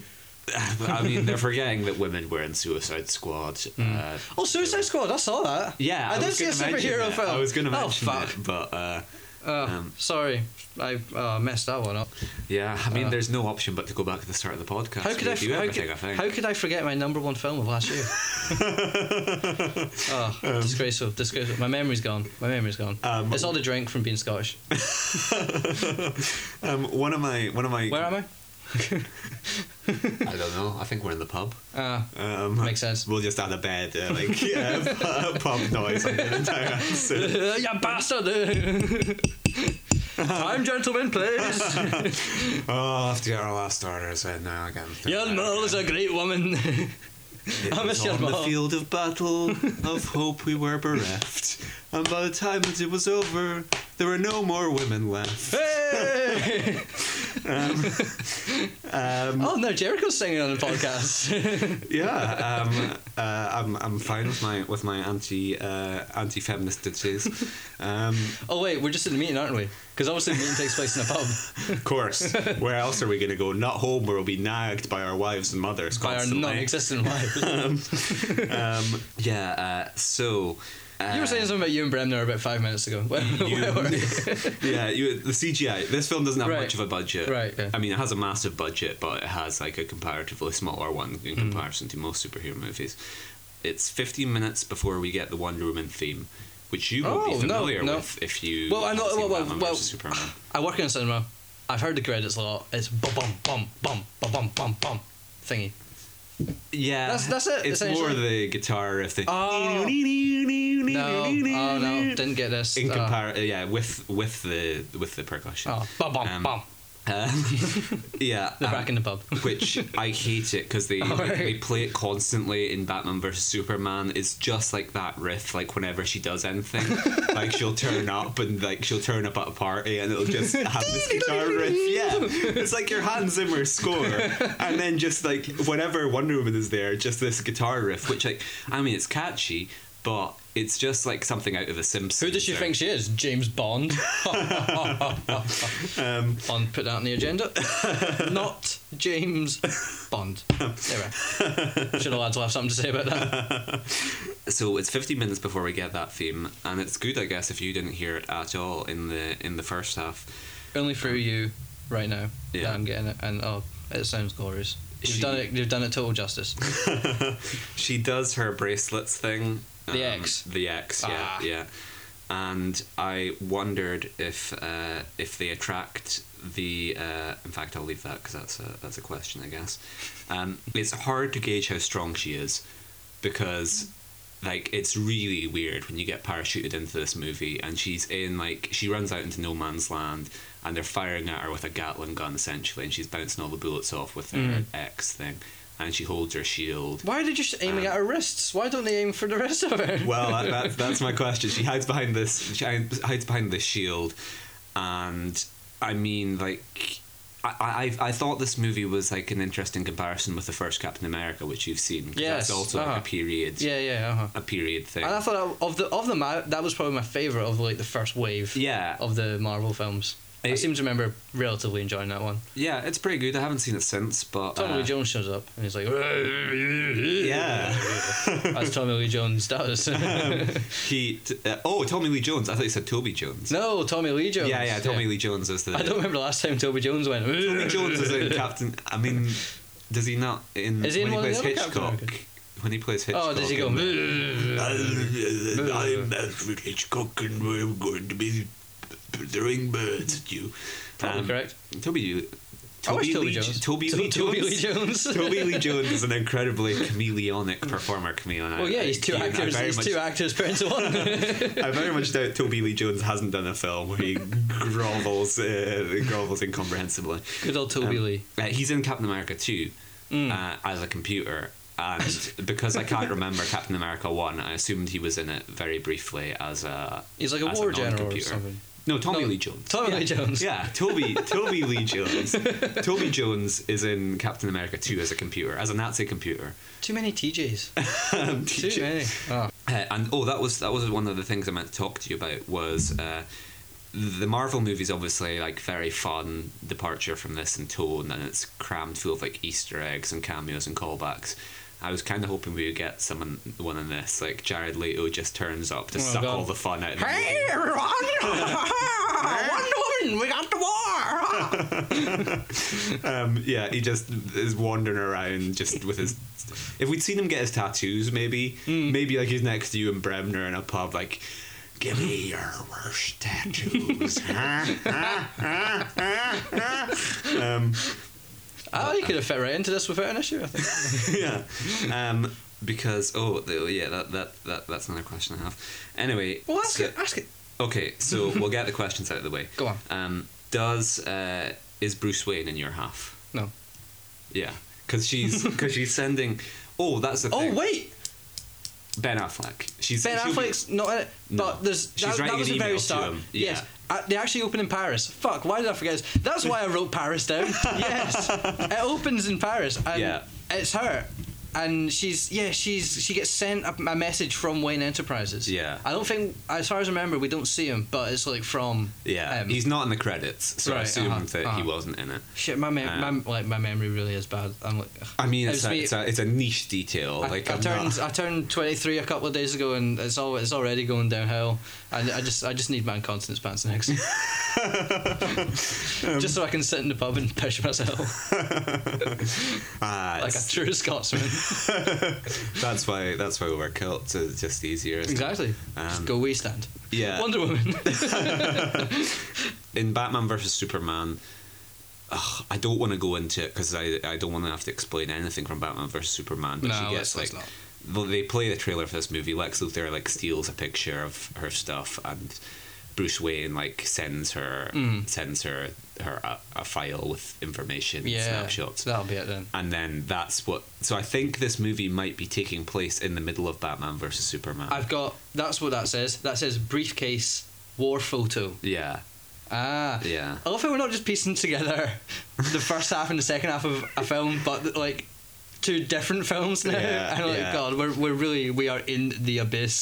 Speaker 2: I mean, they're forgetting that women were in Suicide Squad. Uh,
Speaker 1: Oh, Suicide Squad, I saw that.
Speaker 2: yeah,
Speaker 1: I, did
Speaker 2: was
Speaker 1: see a
Speaker 2: gonna mention
Speaker 1: superhero
Speaker 2: it.
Speaker 1: film.
Speaker 2: I was going to mention
Speaker 1: Oh, fuck.
Speaker 2: it, but uh,
Speaker 1: Uh,
Speaker 2: Um,
Speaker 1: sorry, I uh, messed that one up.
Speaker 2: yeah, I mean,
Speaker 1: Uh,
Speaker 2: there's no option but to go back to the start of the podcast.
Speaker 1: How could I?
Speaker 2: We do
Speaker 1: how,
Speaker 2: everything,
Speaker 1: could,
Speaker 2: I think.
Speaker 1: how could I forget my number one film of last
Speaker 2: [laughs]
Speaker 1: year? oh, disgraceful, disgraceful. My memory's gone. My memory's gone.
Speaker 2: Um,
Speaker 1: it's all the drink from being Scottish.
Speaker 2: um, one of my one of my
Speaker 1: Where am I?
Speaker 2: I don't know. I think we're in the pub.
Speaker 1: Uh,
Speaker 2: Um,
Speaker 1: Makes sense.
Speaker 2: We'll just add a bed, uh, like [laughs] yeah, pub noise on the
Speaker 1: [laughs]
Speaker 2: entire episode.
Speaker 1: you
Speaker 2: [laughs]
Speaker 1: bastard! Time, gentlemen, please.
Speaker 2: Oh, I'll have to get our last orders in now again.
Speaker 1: Your mole is a great
Speaker 2: [laughs]
Speaker 1: woman.
Speaker 2: It
Speaker 1: I miss
Speaker 2: was
Speaker 1: your
Speaker 2: on the
Speaker 1: mole.
Speaker 2: field of battle of hope we were bereft, and by the time that it was over, there were no more women left.
Speaker 1: hey!
Speaker 2: Um,
Speaker 1: Oh no, Jericho's singing on the podcast. [laughs]
Speaker 2: yeah, um, uh, I'm I'm fine with my with my anti uh, anti feminist ditches. Um,
Speaker 1: oh wait, we're just in the meeting, aren't we? Because obviously the meeting takes place in a pub.
Speaker 2: of course, where else are we going to go? Not home, where we'll be nagged by our wives and mothers
Speaker 1: by our
Speaker 2: constantly.
Speaker 1: non-existent lives.
Speaker 2: [laughs] Um, yeah. Uh, so. Uh,
Speaker 1: you were saying something about you and Bremner about five minutes ago. [laughs] Where, where were we?
Speaker 2: [laughs] yeah, you, the CGI. This film doesn't have
Speaker 1: Right.
Speaker 2: much of a budget.
Speaker 1: Right, yeah.
Speaker 2: I mean, it has a massive budget, but it has like a comparatively smaller one in
Speaker 1: Mm.
Speaker 2: comparison to most superhero movies. It's 15 minutes before we get the Wonder Woman theme, which you will
Speaker 1: Oh,
Speaker 2: be
Speaker 1: no,
Speaker 2: familiar
Speaker 1: no.
Speaker 2: with if you.
Speaker 1: Well, I know-
Speaker 2: haven't seen
Speaker 1: well, well,
Speaker 2: Batman
Speaker 1: well,
Speaker 2: versus Superman.
Speaker 1: [laughs] [sighs] I work in a cinema. I've heard the credits a lot. It's bum bum bum bum bum bum bum bum thingy.
Speaker 2: Yeah,
Speaker 1: That's- that's it,
Speaker 2: It's more
Speaker 1: essentially.
Speaker 2: the guitar riff. The
Speaker 1: Oh. No, oh no, didn't get this.
Speaker 2: in
Speaker 1: Uh,
Speaker 2: compar- yeah, with with the with the percussion.
Speaker 1: oh, bum bum
Speaker 2: Um,
Speaker 1: bum.
Speaker 2: Um, [laughs] yeah,
Speaker 1: They're
Speaker 2: um,
Speaker 1: back in the pub.
Speaker 2: which I hate it because they,
Speaker 1: [laughs] Alright.
Speaker 2: they play it constantly in Batman vs Superman. It's just like that riff. Like whenever she
Speaker 1: [laughs]
Speaker 2: does anything, like she'll turn up and like she'll turn up at a party and it'll
Speaker 1: [laughs]
Speaker 2: just have this guitar riff. Yeah, it's like your Hans Zimmer score, and then just like whenever Wonder Woman is there, just this guitar riff. Which like I mean, it's catchy, but it's just like something out of The Simpsons.
Speaker 1: Who does she
Speaker 2: or-
Speaker 1: think she is? James [laughs] Bond. Bond put that on the agenda. Not James Bond. There we are. Should the lads will have something to say about that.
Speaker 2: so it's 15 minutes before we get that theme and it's good i guess if you didn't hear it at all in the in the first half
Speaker 1: Only through you, right now.
Speaker 2: Yeah.
Speaker 1: That I'm getting it, and oh, it sounds glorious. You've
Speaker 2: She-
Speaker 1: done it. You've done it total justice.
Speaker 2: she does her bracelets thing um,
Speaker 1: The X.
Speaker 2: the x yeah
Speaker 1: Ah.
Speaker 2: yeah and i wondered if uh, if they attract the uh, in fact i'll leave that because that's a that's a question i guess um, it's hard to gauge how strong she is because like it's really weird when you get parachuted into this movie and she's in like she runs out into no man's land and they're firing at her with a Gatling gun essentially and she's bouncing all the bullets off with her
Speaker 1: Mm.
Speaker 2: X thing and she holds her shield.
Speaker 1: Why are they just aiming at her wrists? Why don't they aim for the rest of her? [laughs]
Speaker 2: Well, that, that's that's my question. She hides behind this she hides behind this shield and I mean like I, I I thought this movie was like an interesting comparison with the first Captain America, which you've seen. 'cause
Speaker 1: Yes,
Speaker 2: that's also
Speaker 1: uh-huh.
Speaker 2: like a period,
Speaker 1: yeah, yeah. Uh-huh.
Speaker 2: a period thing.
Speaker 1: And I thought I- of the of them, I, that was probably my favorite of like the first wave
Speaker 2: yeah,
Speaker 1: of the Marvel films. I
Speaker 2: It-
Speaker 1: seem to remember relatively enjoying that one.
Speaker 2: Yeah, it's pretty good. I haven't seen it since, but
Speaker 1: Tommy Lee
Speaker 2: uh,
Speaker 1: Jones shows up and he's like, [laughs] that's Tommy Lee Jones does.
Speaker 2: [laughs] he. T- uh, oh, Tommy Lee Jones. I thought you said Toby Jones.
Speaker 1: no, Tommy Lee Jones.
Speaker 2: yeah, yeah. Tommy Lee Jones is the.
Speaker 1: [laughs] I don't remember the last time Toby Jones went.
Speaker 2: Tommy Jones is in Captain. I mean, Does he not in
Speaker 1: Is he in
Speaker 2: when
Speaker 1: one
Speaker 2: he
Speaker 1: of
Speaker 2: plays
Speaker 1: the other Captain
Speaker 2: Hitchcock?
Speaker 1: America?
Speaker 2: When he plays Hitchcock.
Speaker 1: Oh, does he go?
Speaker 2: in the-
Speaker 1: I'm
Speaker 2: Alfred Hitchcock, and I'm going to be throwing birds at you. Um,
Speaker 1: Probably [laughs] correct.
Speaker 2: Toby.
Speaker 1: I wish
Speaker 2: Toby,
Speaker 1: Toby
Speaker 2: Lee,
Speaker 1: Jones.
Speaker 2: Toby
Speaker 1: To-
Speaker 2: Lee Jones.
Speaker 1: [laughs] Toby Lee Jones.
Speaker 2: Toby Lee Jones is an incredibly chameleonic performer.
Speaker 1: [laughs]
Speaker 2: Chameleon.
Speaker 1: Well, yeah, he's two
Speaker 2: Again, I
Speaker 1: actors.
Speaker 2: very
Speaker 1: He's
Speaker 2: much- [laughs]
Speaker 1: two actors put into one.
Speaker 2: I very much doubt Toby Lee Jones hasn't done a film where he grovels, uh, grovels incomprehensibly.
Speaker 1: [laughs] Good old Toby
Speaker 2: Um,
Speaker 1: Lee.
Speaker 2: uh, he's in Captain America 2
Speaker 1: Mm.
Speaker 2: uh, as a computer.
Speaker 1: [laughs]
Speaker 2: And because I can't remember Captain America 1, I assumed he was in it very briefly as a.
Speaker 1: He's like a
Speaker 2: as
Speaker 1: war general or
Speaker 2: non-computer.
Speaker 1: something.
Speaker 2: No, Tommy
Speaker 1: No,
Speaker 2: Lee Jones.
Speaker 1: Tommy
Speaker 2: yeah.
Speaker 1: Lee Jones.
Speaker 2: Yeah, Toby
Speaker 1: [laughs]
Speaker 2: Toby Lee Jones. Toby Jones is in Captain America 2 as a computer, as a Nazi computer. [laughs]
Speaker 1: Too many TJs. Too many. Oh.
Speaker 2: Uh, and oh, that was that was one of the things I meant to talk to you about was uh, the Marvel movies. Obviously, like very fun departure from this in tone, and it's crammed full of like Easter eggs and cameos and callbacks. I was kind of hoping we would get someone one in this, like Jared Leto just turns up to
Speaker 1: Oh,
Speaker 2: suck
Speaker 1: God.
Speaker 2: all the fun out of the
Speaker 1: Hey everyone! [laughs] Wonder Woman, we got the war.
Speaker 2: [laughs] Um, yeah, he just is wandering around just with his. If we'd seen him get his tattoos, maybe,
Speaker 1: Hmm.
Speaker 2: maybe like he's next to you in Bremner in a pub, like, give me your worst tattoos.
Speaker 1: [laughs]
Speaker 2: um,
Speaker 1: Oh, he could have fit right into this without an issue. I think.
Speaker 2: [laughs] yeah, um, because oh the, oh, yeah, that, that that that's another question I have. Anyway,
Speaker 1: Well, ask
Speaker 2: so-
Speaker 1: it. Ask it.
Speaker 2: Okay,
Speaker 1: [laughs]
Speaker 2: so we'll get the questions out of the way.
Speaker 1: Go on.
Speaker 2: Um, does uh, is Bruce Wayne in your half?
Speaker 1: No.
Speaker 2: Yeah, because
Speaker 1: [laughs]
Speaker 2: she's because she's sending. Oh, that's the
Speaker 1: Oh
Speaker 2: thing.
Speaker 1: wait,
Speaker 2: Ben Affleck. She's
Speaker 1: Ben
Speaker 2: she'll be-
Speaker 1: Affleck's not in it.
Speaker 2: No.
Speaker 1: But there's
Speaker 2: She's
Speaker 1: that, that
Speaker 2: writing
Speaker 1: was
Speaker 2: an
Speaker 1: the very
Speaker 2: email to
Speaker 1: start.
Speaker 2: him.
Speaker 1: Yes.
Speaker 2: Yeah.
Speaker 1: Uh, they actually open in Paris. Fuck, why did I forget this? That's why I wrote Paris
Speaker 2: [laughs]
Speaker 1: down. Yes. it opens in Paris and
Speaker 2: Yeah.
Speaker 1: it's her. And she's yeah, she's she gets sent a, a message from Wayne Enterprises.
Speaker 2: Yeah.
Speaker 1: I don't think as far as I remember we don't see him, but it's like from
Speaker 2: yeah,
Speaker 1: um,
Speaker 2: he's not in the credits, so I
Speaker 1: Right,
Speaker 2: assume
Speaker 1: uh-huh,
Speaker 2: that he
Speaker 1: uh-huh.
Speaker 2: wasn't in it.
Speaker 1: shit my, mem-
Speaker 2: um,
Speaker 1: my like my memory really is bad. I'm like ugh.
Speaker 2: I mean,
Speaker 1: It
Speaker 2: it's
Speaker 1: was
Speaker 2: a,
Speaker 1: me-
Speaker 2: it's a it's a niche detail.
Speaker 1: I,
Speaker 2: like
Speaker 1: I
Speaker 2: I'm [laughs]
Speaker 1: turned I
Speaker 2: not-
Speaker 1: turned 23 a couple of days ago and it's all it's already going downhill. And I just I just need my incontinence pants
Speaker 2: [laughs]
Speaker 1: next. [laughs] just so I can sit in the pub and piss
Speaker 2: [laughs]
Speaker 1: myself
Speaker 2: ah,
Speaker 1: like a
Speaker 2: it's-
Speaker 1: true Scotsman.
Speaker 2: [laughs] that's why that's why we wear kilts. It's just easier. isn't it?
Speaker 1: exactly. just
Speaker 2: Um, uh,
Speaker 1: go wee stand.
Speaker 2: Yeah.
Speaker 1: Wonder Woman.
Speaker 2: in Batman versus Superman, ugh, I don't want to go into it because I, I don't want to have to explain anything from Batman versus Superman. But
Speaker 1: [laughs] No,
Speaker 2: she gets
Speaker 1: let's- let's
Speaker 2: like, well, they play the trailer for this movie. Lex Luthor like steals a picture of her stuff, and Bruce Wayne like sends her
Speaker 1: Mm.
Speaker 2: sends her her a, a file with information,
Speaker 1: yeah.
Speaker 2: snapshots,
Speaker 1: That'll be it then.
Speaker 2: and then that's what. So I think this movie might be taking place in the middle of Batman versus Superman.
Speaker 1: I've got that's what that says. That says briefcase war photo.
Speaker 2: yeah,
Speaker 1: Ah.
Speaker 2: yeah.
Speaker 1: I love how we're not just piecing together the first half and the second half of a film, but like two different films now.
Speaker 2: Yeah,
Speaker 1: and like,
Speaker 2: yeah.
Speaker 1: God, we're, we're really we are in the
Speaker 2: [laughs]
Speaker 1: abyss.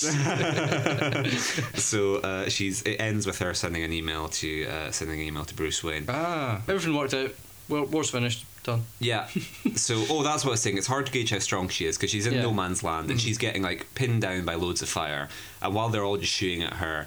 Speaker 2: So uh, she's it ends with her sending an email to uh, sending an email to Bruce Wayne.
Speaker 1: ah, everything worked out. Well, war's finished. Done.
Speaker 2: Yeah. So, oh, that's what I was saying. It's hard to gauge how strong she is because she's in
Speaker 1: Yeah.
Speaker 2: no man's land and she's getting like pinned down by loads of fire. And while they're all just shooting at her,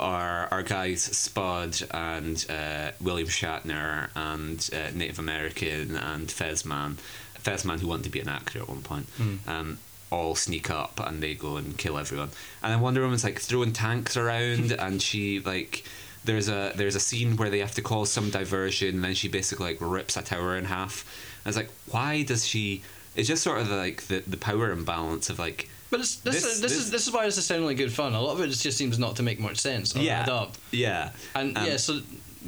Speaker 2: our our guys Spud and uh, William Shatner and uh, Native American and Fezman, Fezman who wanted to be an actor at one point. Um, all sneak up and they go and kill everyone. And then Wonder Woman's like throwing tanks around and she like there's a there's a scene where they have to cause some diversion and then she basically like rips a tower in half. And it's like why does she it's just sort of like the, the power imbalance of like
Speaker 1: But it's, this,
Speaker 2: This-
Speaker 1: is, this,
Speaker 2: this-
Speaker 1: is this is why this is sounding like good fun. A lot of it just seems not to make much sense or
Speaker 2: yeah
Speaker 1: add up.
Speaker 2: yeah
Speaker 1: Oh, And
Speaker 2: Um,
Speaker 1: yeah, so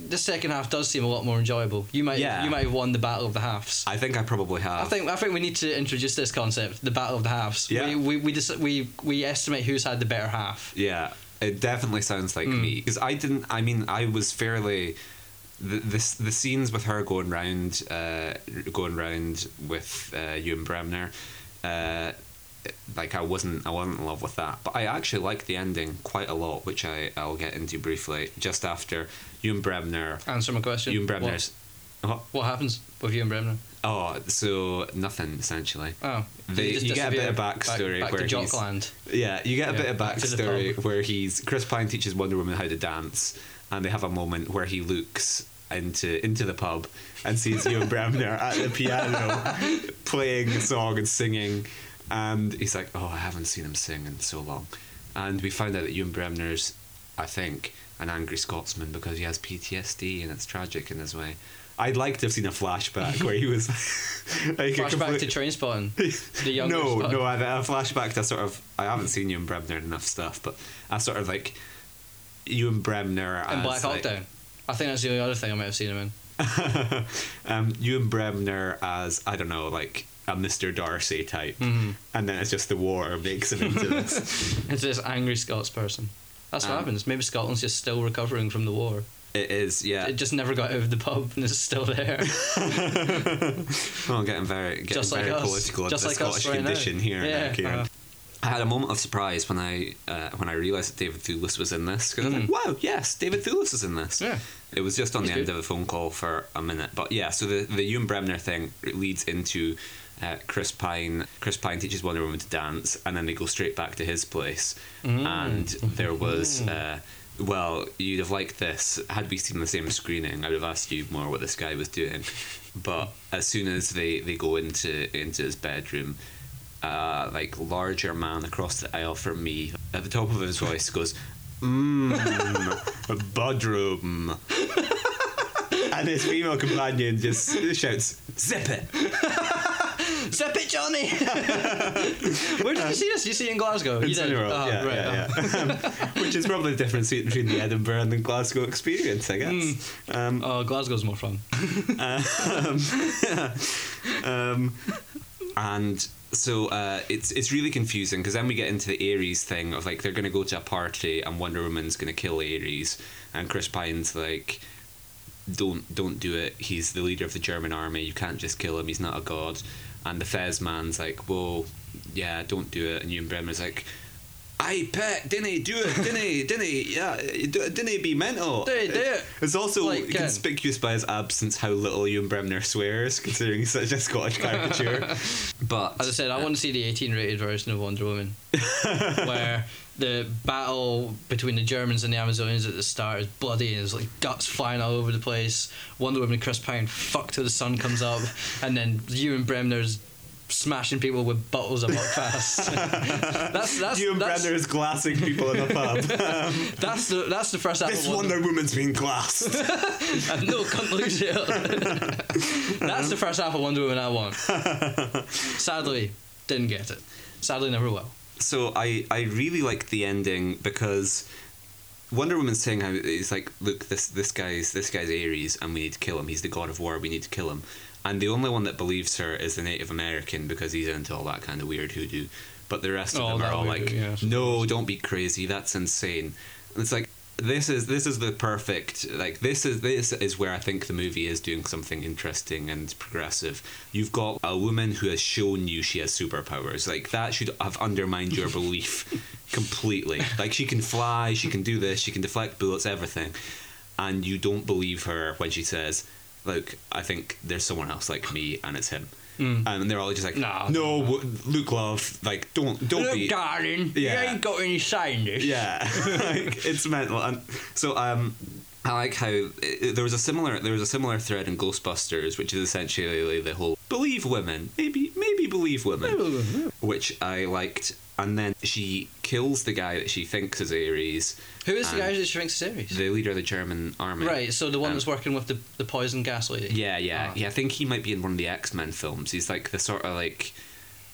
Speaker 1: the second half does seem a lot more enjoyable. You might
Speaker 2: Yeah.
Speaker 1: you might have won the battle of the halves.
Speaker 2: I think I probably have
Speaker 1: I think I think we need to introduce this concept, the battle of the halves.
Speaker 2: Yeah.
Speaker 1: We we we, just, we we estimate who's had the better half.
Speaker 2: Yeah, it definitely sounds like
Speaker 1: Hmm.
Speaker 2: me. 'Cause me because I didn't. I mean, I was fairly. The, the, the scenes with her going round, uh, going round with uh, Ewan Bremner, uh, like I wasn't, I wasn't in love with that. But I actually liked the ending quite a lot, which I I'll get into briefly just after Ewan Bremner.
Speaker 1: Answer my question.
Speaker 2: Ewan
Speaker 1: What-
Speaker 2: Bremner's. Oh,
Speaker 1: What happens with you and Bremner?
Speaker 2: oh, so nothing essentially.
Speaker 1: Oh,
Speaker 2: They-
Speaker 1: Did he just
Speaker 2: you get a bit of
Speaker 1: disappear?
Speaker 2: backstory
Speaker 1: back, back
Speaker 2: where
Speaker 1: to
Speaker 2: he's- [laughs]
Speaker 1: Jockland.
Speaker 2: Yeah, you get a
Speaker 1: Yeah,
Speaker 2: bit of
Speaker 1: back to the
Speaker 2: backstory
Speaker 1: pub.
Speaker 2: where he's Chris Pine teaches Wonder Woman how to dance, and they have a moment where he looks into into the pub and sees
Speaker 1: [laughs]
Speaker 2: Ewan Bremner at the piano playing a song and singing. And he's like, Oh, I haven't seen him sing in so long. And we found out that Ewan Bremner's, I think, an angry Scotsman because he has PTSD and it's tragic in his way. I'd like to have seen a flashback where he was [laughs] like a
Speaker 1: Flashback
Speaker 2: complete-
Speaker 1: to train spotting. [laughs]
Speaker 2: [laughs]
Speaker 1: The younger
Speaker 2: no,
Speaker 1: Spotton.
Speaker 2: no, I, I flashback to sort of. I haven't seen Ewan Bremner in enough stuff, but I sort of like Ewan Bremner
Speaker 1: And
Speaker 2: as
Speaker 1: Black Hawk
Speaker 2: like,
Speaker 1: Down. I think that's the only other thing I might have seen him in.
Speaker 2: [laughs] um, Ewan Bremner as I don't know, like a Mister Darcy type,
Speaker 1: Mm-hmm.
Speaker 2: and then it's just the war makes him into this.
Speaker 1: [laughs] It's this angry Scots person. That's what
Speaker 2: Um,
Speaker 1: happens. Maybe Scotland's just still recovering from the war.
Speaker 2: It is, yeah. [laughs]
Speaker 1: It just never got out of the pub and it's still there.
Speaker 2: Well, getting very getting
Speaker 1: Just like
Speaker 2: very
Speaker 1: us.
Speaker 2: political
Speaker 1: Just
Speaker 2: the
Speaker 1: like us
Speaker 2: Scottish
Speaker 1: right now.
Speaker 2: condition here
Speaker 1: Yeah,
Speaker 2: now, Kieran.
Speaker 1: uh-huh.
Speaker 2: I had a moment of surprise when I uh, when I realised that David Thewlis was in this because I was
Speaker 1: Mm-hmm.
Speaker 2: like, wow, yes, David Thewlis is in this.
Speaker 1: Yeah.
Speaker 2: It was just on
Speaker 1: He's
Speaker 2: the end
Speaker 1: good.
Speaker 2: of a phone call for a minute, but yeah. So the the Ewan Bremner thing leads into uh, Chris Pine. Chris Pine teaches Wonder Woman to dance, and then they go straight back to his place.
Speaker 1: Mm.
Speaker 2: And there was. Uh, well, you'd have liked this had we seen the same screening. I'd have asked you more what this guy was doing, but as soon as they, they go into into his bedroom, uh, like larger man across the aisle from me at the top of his voice goes, "Mmm, [laughs] bedroom," [laughs] and his female companion just shouts, "Zip it!"
Speaker 1: Zip it, Johnny! [laughs] Where did you see this? You see it in Glasgow?
Speaker 2: in
Speaker 1: you
Speaker 2: Sunny
Speaker 1: did.
Speaker 2: World,
Speaker 1: Oh,
Speaker 2: yeah,
Speaker 1: right,
Speaker 2: yeah,
Speaker 1: oh.
Speaker 2: yeah. [laughs] which is probably the difference between the Edinburgh and the Glasgow experience, I guess. Um,
Speaker 1: Oh, Glasgow's more fun.
Speaker 2: um, and so uh, it's it's really confusing because then we get into the Ares thing of like they're going to go to a party and Wonder Woman's going to kill Ares, and Chris Pine's like, don't don't do it. He's the leader of the German army. You can't just kill him. He's not a god. And the Fez man's like, well, yeah, don't do it. And Ewan Bremner's like. I pet, didn't he do it? Didn't he? Didn't he? Yeah, didn't he be mental?
Speaker 1: Didn't he do it?
Speaker 2: It's also
Speaker 1: Like, uh, Ken.
Speaker 2: conspicuous by his absence how little Ewan Bremner swears, considering he's such a Scottish caricature.
Speaker 1: [laughs]
Speaker 2: but
Speaker 1: As I said, I want to see the 18 rated version of Wonder
Speaker 2: [laughs]
Speaker 1: Woman, where the battle between the Germans and the Amazonians at the start is bloody and there's like guts flying all over the place. Wonder Woman and Chris Pine fuck till the sun comes up, and then you and Bremner's smashing people with bottles of
Speaker 2: [laughs]
Speaker 1: fast. that's that's
Speaker 2: Ewan
Speaker 1: that's,
Speaker 2: Bremner is glassing people in a [laughs] pub.
Speaker 1: that's the that's the first
Speaker 2: this
Speaker 1: Apple
Speaker 2: Wonder Woman's been glassed.
Speaker 1: And no cunt looks it up.
Speaker 2: [laughs]
Speaker 1: That's the first Apple Wonder Woman I want. Sadly, didn't get it. Sadly, never will.
Speaker 2: so I, I really like the ending because Wonder Woman's saying how it's like, look, this this guy's this guy's Ares, and we need to kill him. He's the god of war. We need to kill him. And the only one that believes her is the Native American because he's into all that kind of weird hoodoo. But the rest of
Speaker 1: Oh,
Speaker 2: them
Speaker 1: that
Speaker 2: are all
Speaker 1: weird,
Speaker 2: like,
Speaker 1: yes.
Speaker 2: no, don't be crazy. That's insane. And it's like this is this is the perfect like this is this is where I think the movie is doing something interesting and progressive. You've got a woman who has shown you she has superpowers. Like that should have undermined your belief completely. Like she can fly, she can do this, she can deflect bullets, everything. And you don't believe her when she says, "Look, I think there's someone else like me, and it's him." And they're all just like,
Speaker 1: No,
Speaker 2: no, w- Luke, love, like, don't, don't
Speaker 1: Look,
Speaker 2: be."
Speaker 1: darling,
Speaker 2: Yeah.
Speaker 1: you ain't got any sinus.
Speaker 2: Yeah, [laughs] like, it's mental. And so um, I like how i there was a similar there was a similar thread in Ghostbusters, which is essentially the whole believe women, maybe maybe believe women, which I liked. And then she kills the guy that she thinks is Ares,
Speaker 1: Who is the
Speaker 2: And-
Speaker 1: guy that shrinks the series?
Speaker 2: the leader of the German army.
Speaker 1: right, so the one
Speaker 2: Um,
Speaker 1: that's working with the, the poison gas lady.
Speaker 2: Yeah, yeah,
Speaker 1: Ah.
Speaker 2: yeah. I think he might be in one of the X Men films. He's like the sort of like,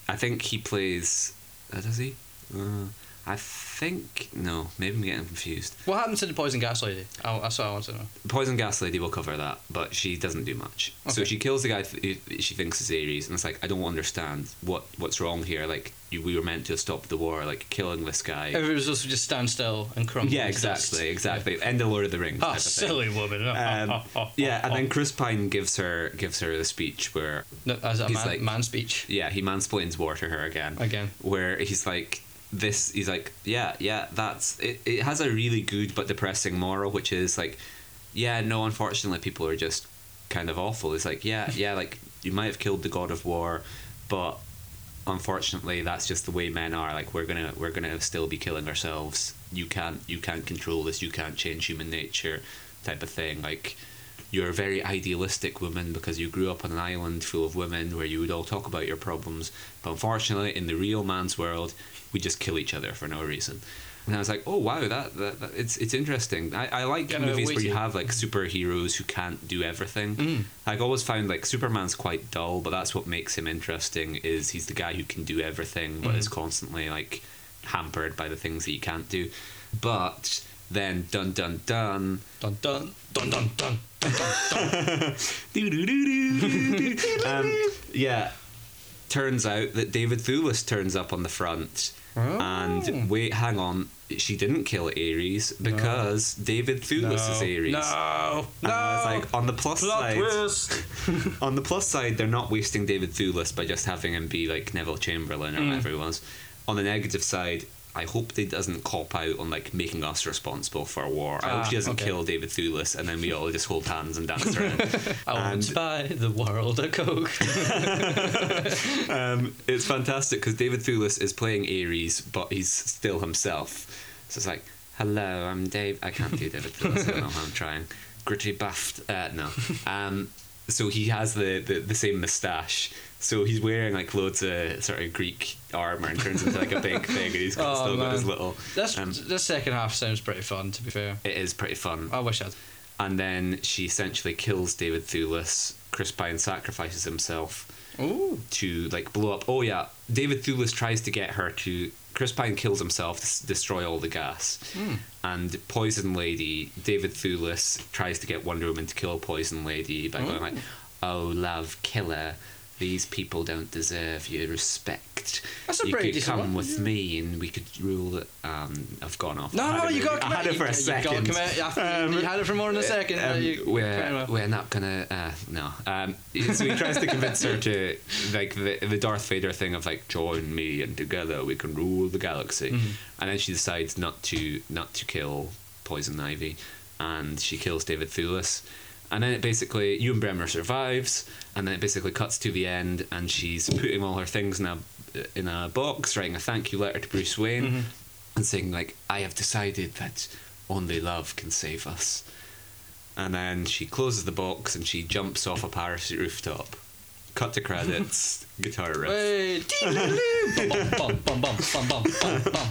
Speaker 2: I think he plays. Uh, does he? Uh, I think no. Maybe I'm getting confused.
Speaker 1: What happened to the poison gas lady? Oh, that's what I want to know.
Speaker 2: Poison Gas Lady will cover that, but she doesn't do much. So
Speaker 1: Okay.
Speaker 2: she kills the guy th- who she thinks is Ares, and it's like I don't understand what what's wrong here. Like you, we were meant to stop the war, like killing this guy.
Speaker 1: Everybody was supposed to just stand still and crumble.
Speaker 2: yeah,
Speaker 1: to dust.
Speaker 2: exactly, exactly. End of Lord of the Rings.
Speaker 1: Ah,
Speaker 2: type of thing.
Speaker 1: silly woman. [laughs]
Speaker 2: Um, yeah, and then Chris Pine gives her gives her the speech where
Speaker 1: No, as a
Speaker 2: he's
Speaker 1: man,
Speaker 2: like-
Speaker 1: man speech.
Speaker 2: yeah, he mansplains war to her again.
Speaker 1: Again.
Speaker 2: Where he's like, this, he's like, yeah, yeah, that's, it, it has a really good but depressing moral, which is like, yeah, no, unfortunately, people are just kind of awful. It's like, yeah, yeah, like, you might have killed the god of war, but unfortunately that's just the way men are like we're gonna we're gonna still be killing ourselves you can't you can't control this you can't change human nature type of thing like you're a very idealistic woman because you grew up on an island full of women where you would all talk about your problems. But unfortunately, in the real man's world, we just kill each other for no reason. And I was like, oh wow, that, that, that it's it's interesting. I, I like
Speaker 1: Getting a bit
Speaker 2: movies where you
Speaker 1: witty.
Speaker 2: have like superheroes who can't do everything.
Speaker 1: Mm.
Speaker 2: I've always found like Superman's quite dull, but that's what makes him interesting. Is he's the guy who can do everything, but
Speaker 1: Mhm.
Speaker 2: is constantly like hampered by the things that he can't do. But then dun dun dun.
Speaker 1: Dun dun dun dun dun.
Speaker 2: Doo-doo-doo-doo-doo-doo. um, yeah. Turns out that David Thewlis turns up on the front.
Speaker 1: Oh.
Speaker 2: And wait, hang on. She didn't kill Ares because David Thewlis is Ares.
Speaker 1: No, no.
Speaker 2: And I was like, on the plus
Speaker 1: plot
Speaker 2: side,
Speaker 1: twist.
Speaker 2: on the plus side, they're not wasting David Thewlis by just having him be like Neville Chamberlain
Speaker 1: Hmm.
Speaker 2: or whatever he was. On the negative side, I hope they doesn't cop out on like making us responsible for a war. I
Speaker 1: Ah,
Speaker 2: hope she doesn't
Speaker 1: okay.
Speaker 2: kill David Thewlis and then we all just hold hands and dance
Speaker 1: [laughs]
Speaker 2: around.
Speaker 1: I want to
Speaker 2: And-
Speaker 1: buy the world a coke.
Speaker 2: um, it's fantastic because David Thewlis is playing Ares, but he's still himself. So it's like, hello, I'm Dave. I can't do David Thewlis. I don't know how I'm trying. Gritty buffed. Uh, no. Um, so he has the, the, the same moustache. So he's wearing like loads of sort of Greek armor and turns into like a big thing, and he's
Speaker 1: [laughs] Oh,
Speaker 2: still got his
Speaker 1: man.
Speaker 2: little.
Speaker 1: That's
Speaker 2: um,
Speaker 1: the second half sounds pretty fun. To be fair,
Speaker 2: it is pretty fun.
Speaker 1: I wish I'd.
Speaker 2: And then she essentially kills David Thewlis. Chris Pine sacrifices himself.
Speaker 1: Ooh.
Speaker 2: to like blow up. Oh yeah, David Thewlis tries to get her to. Chris Pine kills himself to s- destroy all the gas,
Speaker 1: Hmm.
Speaker 2: and Poison Lady. David Thewlis tries to get Wonder Woman to kill Poison Lady by going like,
Speaker 1: Hmm.
Speaker 2: "Oh love, killer, these people don't deserve your respect.
Speaker 1: That's a
Speaker 2: you
Speaker 1: pretty
Speaker 2: could
Speaker 1: decent
Speaker 2: come
Speaker 1: one,
Speaker 2: with me, and we could rule." It. Um, I've gone off. I
Speaker 1: No,
Speaker 2: had
Speaker 1: no,
Speaker 2: it
Speaker 1: you
Speaker 2: really-
Speaker 1: got.
Speaker 2: I had it for a second.
Speaker 1: You, got commit.
Speaker 2: [laughs]
Speaker 1: Yeah, you had it for more than a second.
Speaker 2: Um,
Speaker 1: you, fair
Speaker 2: we're,
Speaker 1: enough.
Speaker 2: we're not gonna uh, no. Um, so he tries to convince her to like the, the Darth Vader thing of like join me and together we can rule the galaxy,
Speaker 1: Mm-hmm.
Speaker 2: and then she decides not to not to kill Poison Ivy, and she kills David Thewlis. And then it basically, Ewan Bremner survives, and then it basically cuts to the end, and she's putting all her things in a in a box, writing a thank you letter to Bruce Wayne,
Speaker 1: Mm-hmm.
Speaker 2: and saying like, "I have decided that only love can save us." And then she closes the box and she jumps off a parachute rooftop. Cut
Speaker 1: [laughs]
Speaker 2: to credits, guitar riff.
Speaker 1: Wait. Bum, bum, bum, bum, bum, bum, bum, bum.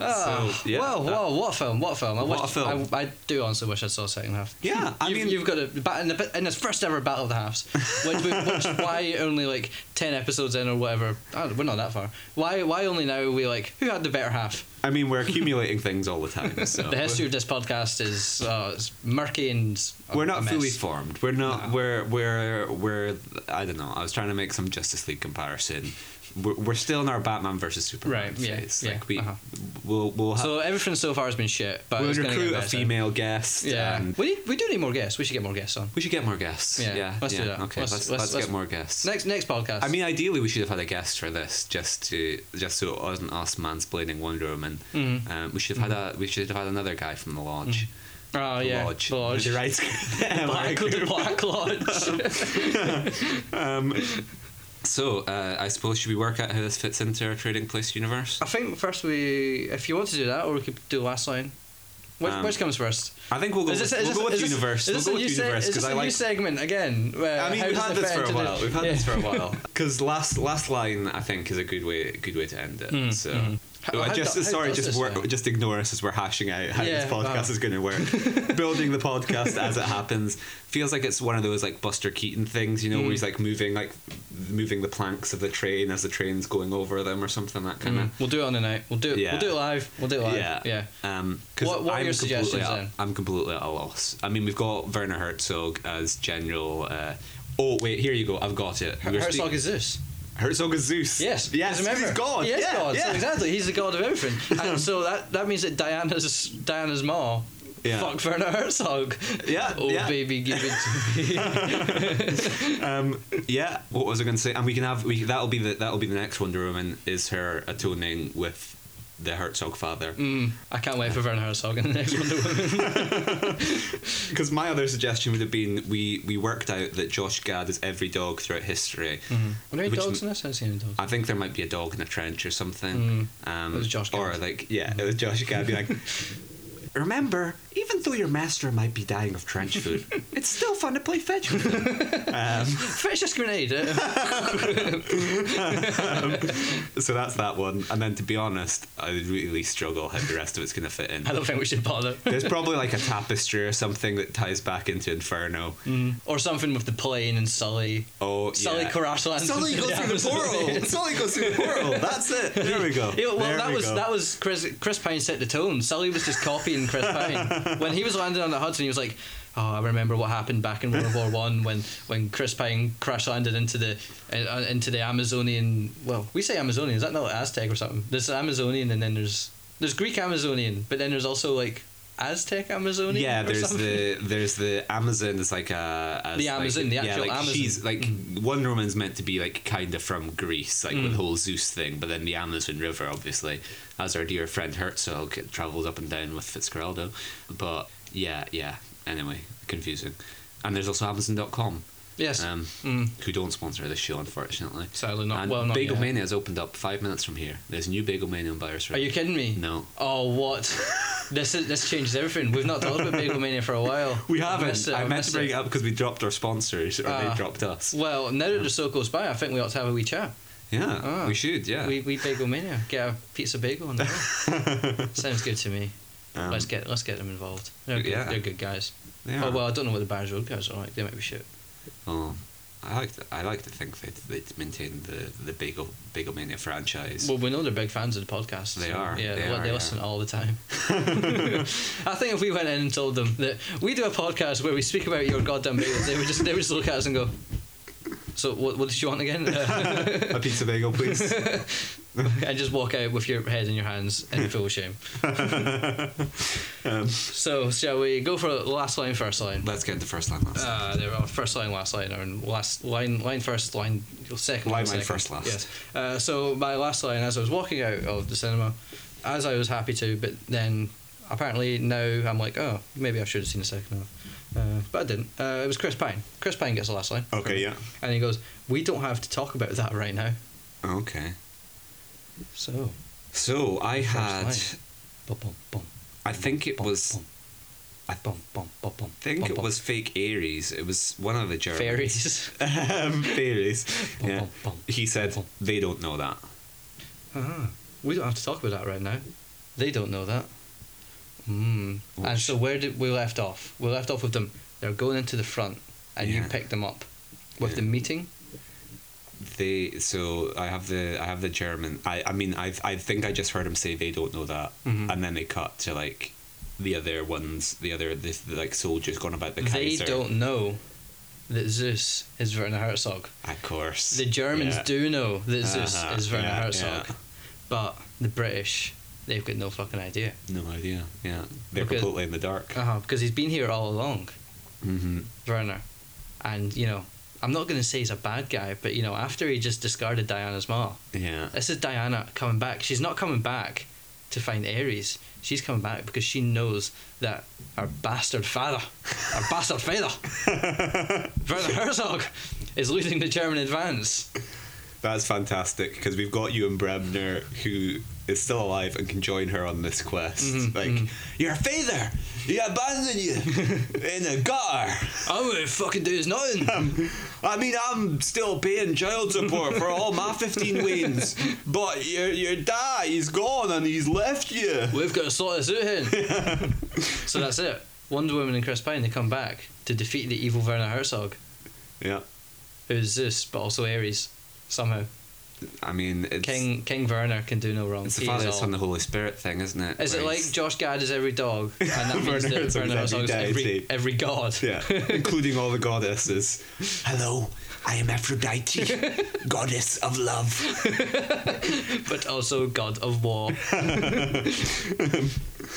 Speaker 1: Ah,
Speaker 2: So, yeah,
Speaker 1: whoa,
Speaker 2: that-
Speaker 1: whoa, what a film, what a film. I
Speaker 2: What
Speaker 1: wish,
Speaker 2: a film.
Speaker 1: I, I do honestly wish I saw the second half.
Speaker 2: Yeah, I
Speaker 1: you've,
Speaker 2: mean-
Speaker 1: you've got a ba- in, the, in this first ever Battle of the Halves, which, we, which
Speaker 2: [laughs]
Speaker 1: why only like ten episodes in or whatever? I don't- we're not that far. Why, why only now? We like who had the better half?
Speaker 2: I mean, we're accumulating things all
Speaker 1: [laughs]
Speaker 2: the time. So
Speaker 1: The history of this podcast is uh, it's murky and a-
Speaker 2: we're
Speaker 1: a
Speaker 2: not
Speaker 1: mess.
Speaker 2: fully formed. We're not.
Speaker 1: No.
Speaker 2: We're we're we're. I don't know. I was trying to make some Justice League comparison. We're, we're still in our Batman versus Superman
Speaker 1: Right, yeah,
Speaker 2: phase.
Speaker 1: yeah,
Speaker 2: like we,
Speaker 1: uh-huh.
Speaker 2: we'll we'll, ha-
Speaker 1: So everything so far has been shit, but
Speaker 2: we'll
Speaker 1: it's gonna
Speaker 2: recruit
Speaker 1: get
Speaker 2: a
Speaker 1: better.
Speaker 2: female guest.
Speaker 1: Yeah,
Speaker 2: and
Speaker 1: we, need- we do need more guests. We should get more guests on.
Speaker 2: we should get more guests.
Speaker 1: Yeah,
Speaker 2: Yeah,
Speaker 1: let's do
Speaker 2: yeah,
Speaker 1: that.
Speaker 2: Okay,
Speaker 1: Let's-
Speaker 2: let's
Speaker 1: let's-
Speaker 2: let's,
Speaker 1: let's-
Speaker 2: get more guests.
Speaker 1: Next next podcast.
Speaker 2: I mean, ideally, we should have had a guest for this, just to just so it wasn't us mansplaining Wonder Woman.
Speaker 1: Mhm.
Speaker 2: Um, we should have had a we should have had another guy from the lodge.
Speaker 1: oh
Speaker 2: The
Speaker 1: yeah,
Speaker 2: lodge.
Speaker 1: Lodge.
Speaker 2: [laughs] The right. [laughs]
Speaker 1: Black, [laughs] the Black Lodge.
Speaker 2: um, so uh, I suppose should we work out how this fits into our Trading Place universe?
Speaker 1: I think first we, if you want to do that, or we could do last line. Which,
Speaker 2: Um,
Speaker 1: which comes first?
Speaker 2: I think we'll go.
Speaker 1: this-
Speaker 2: with, we'll
Speaker 1: this-
Speaker 2: go with
Speaker 1: is this-
Speaker 2: universe.
Speaker 1: Is this a
Speaker 2: we'll go
Speaker 1: new,
Speaker 2: with
Speaker 1: se-
Speaker 2: universe
Speaker 1: is this
Speaker 2: because I
Speaker 1: a new
Speaker 2: like.
Speaker 1: segment again? where-
Speaker 2: I mean,
Speaker 1: how
Speaker 2: we've
Speaker 1: does
Speaker 2: had
Speaker 1: it
Speaker 2: this
Speaker 1: fit
Speaker 2: for a
Speaker 1: into the-
Speaker 2: while. We've had
Speaker 1: yeah.
Speaker 2: this for a while. Because last last line, I think, is a good way good way to end it.
Speaker 1: Mm,
Speaker 2: so.
Speaker 1: mm. How-
Speaker 2: Oh, I
Speaker 1: how
Speaker 2: just
Speaker 1: do- how
Speaker 2: sorry,
Speaker 1: does
Speaker 2: just
Speaker 1: this
Speaker 2: work,
Speaker 1: work?
Speaker 2: just ignore us as we're hashing out how
Speaker 1: Yeah,
Speaker 2: this podcast
Speaker 1: wow.
Speaker 2: is going
Speaker 1: [laughs]
Speaker 2: to work. Building the podcast as it happens feels like it's one of those like Buster Keaton things, you know, where
Speaker 1: Mm.
Speaker 2: he's like moving like moving the planks of the train as the train's going over them or something that kind of.
Speaker 1: Mm, We'll do it on the night. We'll do it.
Speaker 2: Mm-hmm. Yeah.
Speaker 1: We'll do it live. We'll do it live. Yeah.
Speaker 2: Yeah, Um, 'cause
Speaker 1: What- what are
Speaker 2: I'm
Speaker 1: your
Speaker 2: completely
Speaker 1: suggestions
Speaker 2: at-
Speaker 1: then?
Speaker 2: I'm completely at a loss. I mean, we've got Werner Herzog as general. Uh, oh wait, here you go. I've got it. We were
Speaker 1: Herzog
Speaker 2: speak-
Speaker 1: is Zeus.
Speaker 2: Herzog is Zeus.
Speaker 1: Yes.
Speaker 2: yes, 'cause
Speaker 1: Remember,
Speaker 2: he's God.
Speaker 1: He is
Speaker 2: yeah,
Speaker 1: God.
Speaker 2: Yeah.
Speaker 1: So exactly. He's the god of
Speaker 2: [laughs]
Speaker 1: everything. and so that that means that Diana's Diana's ma.
Speaker 2: Yeah.
Speaker 1: Fuck Werner Herzog. [laughs]
Speaker 2: Yeah,
Speaker 1: Oh
Speaker 2: yeah.
Speaker 1: baby, give it to me.
Speaker 2: um, yeah. What was I going to say? And we can have we, that'll be the that'll be the next Wonder Woman is her atoning with the Herzog father.
Speaker 1: Mm, I can't wait for Werner Herzog in the next Wonder
Speaker 2: [laughs]
Speaker 1: Woman.
Speaker 2: Because my other suggestion would have been we we worked out that Josh Gad is every dog throughout history.
Speaker 1: Are there any
Speaker 2: Which
Speaker 1: dogs
Speaker 2: m-
Speaker 1: in this? I haven't seen any dogs.
Speaker 2: I think there might be a dog in a trench or something. Um,
Speaker 1: Mm. It was Josh
Speaker 2: or
Speaker 1: Gad.
Speaker 2: like yeah, it was [laughs]
Speaker 1: [laughs]
Speaker 2: Josh Gad being like. Remember, even though your master might be dying of trench food, it's it's still fun to play fetch. With Um,
Speaker 1: [laughs]
Speaker 2: them.
Speaker 1: Fetch this grenade. [laughs]
Speaker 2: so that's that one. And then to be honest, I really struggle how the rest of it's going to fit in.
Speaker 1: I don't think we should bother.
Speaker 2: There's probably like a tapestry or something that ties back into Inferno.
Speaker 1: Or something with the plane and Sully.
Speaker 2: Oh,
Speaker 1: Sully
Speaker 2: yeah.
Speaker 1: Karaslan.
Speaker 2: Sully goes through
Speaker 1: [laughs]
Speaker 2: the portal. Sully goes through the portal. That's it. There we go.
Speaker 1: Yeah, well,
Speaker 2: There
Speaker 1: that
Speaker 2: we
Speaker 1: was
Speaker 2: go.
Speaker 1: that was Chris. Chris Pine set the tone. Sully was just copying Chris
Speaker 2: [laughs]
Speaker 1: Pine when he was landing on the Hudson. He was like, "Oh, I remember what happened back in World War One when when Chris Pine crash landed into the uh, into the Amazonian. Well, we say Amazonian. Is that not Aztec or something? There's Amazonian, and then there's there's Greek Amazonian, but then there's also like Aztec Amazonian.
Speaker 2: Yeah,
Speaker 1: or
Speaker 2: there's
Speaker 1: something.
Speaker 2: the there's the Amazon. It's like a as
Speaker 1: The
Speaker 2: like-
Speaker 1: Amazon, the actual
Speaker 2: yeah, like
Speaker 1: Amazon.
Speaker 2: She's like Wonder Woman's meant to be like kind of from Greece,
Speaker 1: Mm.
Speaker 2: like with the whole Zeus thing, but then the Amazon River, obviously, as our dear friend Herzog travels up and down with Fitzcarraldo. But yeah, yeah. Anyway, confusing. And there's also Amazon.com,
Speaker 1: yes.
Speaker 2: um,
Speaker 1: Mm.
Speaker 2: who don't sponsor this show, unfortunately.
Speaker 1: Sadly not.
Speaker 2: And
Speaker 1: well, not
Speaker 2: Bagel
Speaker 1: yet.
Speaker 2: Mania has opened up five minutes from here. There's a new Bagel Mania on Buyers
Speaker 1: Are you kidding me?
Speaker 2: No.
Speaker 1: Oh,
Speaker 2: [laughs]
Speaker 1: what? this is, this changes everything. We've not talked about Bagelmania for a while.
Speaker 2: [laughs] We
Speaker 1: I've
Speaker 2: haven't.
Speaker 1: missed it,
Speaker 2: I
Speaker 1: I've
Speaker 2: meant to
Speaker 1: missed
Speaker 2: bring it up because we dropped our sponsors, or
Speaker 1: Ah.
Speaker 2: they dropped us.
Speaker 1: Well, now that the so goes by, I think we ought to have a wee chat.
Speaker 2: Yeah,
Speaker 1: Ah.
Speaker 2: we should. Yeah.
Speaker 1: We we bagel mania. Get a pizza bagel on the road.
Speaker 2: [laughs]
Speaker 1: Sounds good to me.
Speaker 2: Um,
Speaker 1: let's get let's get them involved. They're good,
Speaker 2: yeah.
Speaker 1: they're good guys.
Speaker 2: they are.
Speaker 1: Oh well, I don't know what the Barons Road guys are like. They might be shit.
Speaker 2: Oh, I like. To, I like to think that they maintain the the bagel bagel mania franchise. [laughs]
Speaker 1: Well, we know they're big fans of the podcast.
Speaker 2: They are,
Speaker 1: Yeah,
Speaker 2: they
Speaker 1: li-
Speaker 2: are,
Speaker 1: they
Speaker 2: yeah.
Speaker 1: listen all the
Speaker 2: [laughs]
Speaker 1: time. [laughs] I think if we went in and told them that we do a podcast where we speak about your goddamn bagels, they would just they would just look at us and go. So what, what did you want again? [laughs]
Speaker 2: a pizza bagel, please.
Speaker 1: and just walk out with your head in your hands in full shame. so, shall we go for last line, first line?
Speaker 2: [laughs] Let's get the first line. Last.
Speaker 1: Uh, there are first line, last line, or last line, line first, line second.
Speaker 2: Line, line
Speaker 1: second.
Speaker 2: first, last.
Speaker 1: Yes. Uh, so my last line, as I was walking out of the cinema, as I was happy to, but then apparently now I'm like, oh, maybe I should have seen the second half, uh, but I didn't. Uh, it was Chris Pine. Chris Pine gets the last line,
Speaker 2: okay. Yeah.
Speaker 1: and he goes, "We don't have to talk about that right now."
Speaker 2: Okay.
Speaker 1: So,
Speaker 2: So I
Speaker 1: First
Speaker 2: had.
Speaker 1: line. bum, bum, bum.
Speaker 2: I think it was.
Speaker 1: I bum, bum, bum, bum,
Speaker 2: I think
Speaker 1: bum,
Speaker 2: it
Speaker 1: bum.
Speaker 2: was fake Aries. It was one of the Germans.
Speaker 1: fairies.
Speaker 2: [laughs] um, fairies.
Speaker 1: Bum,
Speaker 2: Yeah.
Speaker 1: bum, bum.
Speaker 2: He said
Speaker 1: Bum.
Speaker 2: they don't know that.
Speaker 1: Ah, we don't have to talk about that right now. They don't know that. Mm. And so where did we left off? We left off with them. They're going into the front, and
Speaker 2: Yeah.
Speaker 1: you pick them up with
Speaker 2: Yeah.
Speaker 1: the meeting.
Speaker 2: They so I have the I have the German. I I mean I I think I just heard him say they don't know that,
Speaker 1: Mhm.
Speaker 2: and then they cut to like the other ones, the other the, the, like soldiers going about the
Speaker 1: they
Speaker 2: Kaiser.
Speaker 1: don't know that Zeus is Werner Herzog.
Speaker 2: Of course,
Speaker 1: The Germans
Speaker 2: Yeah.
Speaker 1: do know that Zeus
Speaker 2: Uh-huh,
Speaker 1: is Werner
Speaker 2: yeah,
Speaker 1: Herzog,
Speaker 2: yeah.
Speaker 1: but the British, they've got no fucking idea.
Speaker 2: No idea. Yeah, they're
Speaker 1: Because-
Speaker 2: completely in the dark.
Speaker 1: Uh huh. Because he's been here all along.
Speaker 2: hmm
Speaker 1: Werner. And, you know, I'm not going to say he's a bad guy, but, you know, after he just discarded Diana's ma, [laughs]
Speaker 2: Yeah,
Speaker 1: this is Diana coming back. She's not coming back to find Ares. She's coming back because she knows that her bastard father,
Speaker 2: [laughs]
Speaker 1: her bastard father, Werner Herzog, is losing the German advance.
Speaker 2: that's fantastic because we've got you and Bremner who is still alive and can join her on this quest.
Speaker 1: Mhm,
Speaker 2: like
Speaker 1: mhm.
Speaker 2: your father, he abandoned you
Speaker 1: [laughs]
Speaker 2: in a gutter.
Speaker 1: I'm going to fucking do is nothing.
Speaker 2: I mean, I'm still paying child support for all my 15 wains, but your your dad, he's gone and he's left you.
Speaker 1: We've got to sort this out here.
Speaker 2: [laughs]
Speaker 1: so that's it. Wonder Woman and Chris Pine, they come back to defeat the evil Werner Herzog,
Speaker 2: Yeah,
Speaker 1: who's Zeus, but also Ares, somehow.
Speaker 2: I mean, it's,
Speaker 1: King King Werner can do no wrong.
Speaker 2: it's the
Speaker 1: He is
Speaker 2: Father,
Speaker 1: all-
Speaker 2: Son, the Holy Spirit thing, isn't it?
Speaker 1: Is it
Speaker 2: Where [laughs]
Speaker 1: like
Speaker 2: he's-
Speaker 1: Josh Gad is every dog, and
Speaker 2: [laughs]
Speaker 1: that means
Speaker 2: Werner
Speaker 1: that
Speaker 2: Herzog is
Speaker 1: Werner
Speaker 2: every
Speaker 1: Herzog is every,
Speaker 2: deity.
Speaker 1: every god?
Speaker 2: Yeah, including all the goddesses. Hello, I
Speaker 1: [laughs]
Speaker 2: am Aphrodite, goddess of love.
Speaker 1: [laughs] but also god of war.
Speaker 2: [laughs]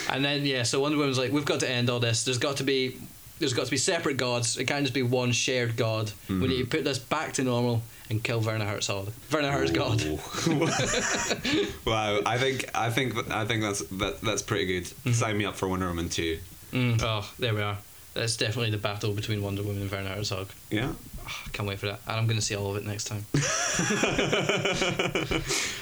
Speaker 1: and then yeah, so Wonder Woman's like, we've got to end all this. There's got to be, there's got to be separate gods. It can't just be one shared god. We
Speaker 2: Mm-hmm.
Speaker 1: need to put this back to normal and kill Werner Herzog. Werner [laughs] Herzog.
Speaker 2: Ooh. [laughs] wow, I think I think I think that's that, that's pretty good.
Speaker 1: Mm-hmm.
Speaker 2: Sign me up for Wonder Woman 2.
Speaker 1: Mm, oh, there we are. That's definitely the battle between Wonder Woman and Werner Herzog. [sighs]
Speaker 2: Yeah,
Speaker 1: "Oh, I can't wait for that. And I'm going to see all of it next time.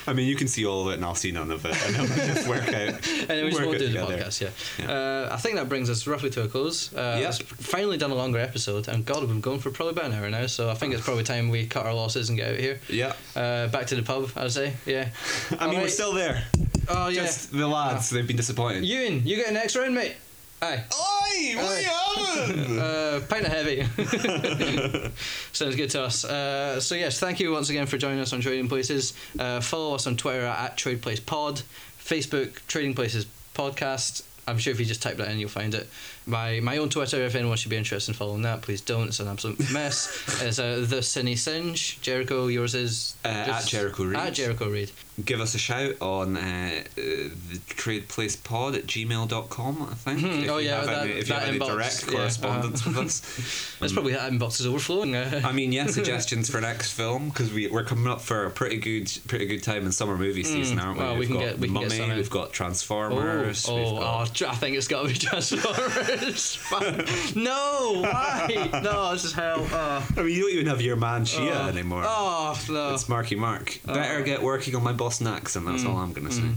Speaker 2: I mean, you can see all of it, and I'll see none of it, and I'll
Speaker 1: [laughs]
Speaker 2: just work out.
Speaker 1: Anyway,
Speaker 2: Work
Speaker 1: we'll
Speaker 2: it
Speaker 1: do the
Speaker 2: together.
Speaker 1: podcast, yeah. Uh, I think that brings us roughly to a close. Uh,
Speaker 2: Yeah.
Speaker 1: it's Finally done a longer episode, and God, we've been going for probably about an hour now, so I think it's probably time we cut our losses and get out of here.
Speaker 2: Yeah,
Speaker 1: Uh, back to the pub, I'd say. Yeah.
Speaker 2: [laughs] I mean, we're
Speaker 1: Alright.
Speaker 2: still there.
Speaker 1: Oh, yeah. Ah.
Speaker 2: Just the lads, they've been disappointed.
Speaker 1: Ewan, you get an next round, mate. Aye.
Speaker 2: Oi, what
Speaker 1: [laughs]
Speaker 2: are you having?
Speaker 1: Uh, pint of heavy. [laughs] Sounds good to us. Uh, so, yes, thank you once again for joining us on Trading Places. Uh, follow us on Twitter at, at Trade Place Pod, Facebook, Trading Places Podcast. I'm sure if you just type that in, you'll find it. My my own Twitter, if anyone should be interested in following that, please don't. It's an absolute [laughs] mess. it's uh, The Cine Singe. Jericho, yours is?
Speaker 2: Uh, at
Speaker 1: just-
Speaker 2: Jericho Reed.
Speaker 1: At Jericho Reed.
Speaker 2: Give us a shout on uh, uh, the tradeplacepod at gmail.com, I think. if
Speaker 1: Oh,
Speaker 2: you
Speaker 1: yeah,
Speaker 2: have
Speaker 1: that-
Speaker 2: any, if
Speaker 1: that
Speaker 2: you have
Speaker 1: inbox,
Speaker 2: any direct
Speaker 1: yeah, uh,
Speaker 2: correspondence
Speaker 1: [laughs]
Speaker 2: with us.
Speaker 1: That's probably that inbox is overflowing. Uh,
Speaker 2: I mean, yeah, suggestions for next film because we we're coming up for a pretty good pretty good time in summer movie season, aren't we?
Speaker 1: Mm. well, we
Speaker 2: we've
Speaker 1: can
Speaker 2: got
Speaker 1: get- we can get
Speaker 2: Mummy,
Speaker 1: some out.
Speaker 2: we've got Transformers.
Speaker 1: Oh,
Speaker 2: we've
Speaker 1: oh,
Speaker 2: got,
Speaker 1: oh, tr- I think it's got to be [laughs] Transformers. Fuck. no, why? No, this is hell. Oh,
Speaker 2: I mean, you don't even have your man Shia anymore.
Speaker 1: oh no.
Speaker 2: It's Marky Mark. Better get working on my Boston accent.
Speaker 1: Mm.
Speaker 2: That's all I'm gonna say.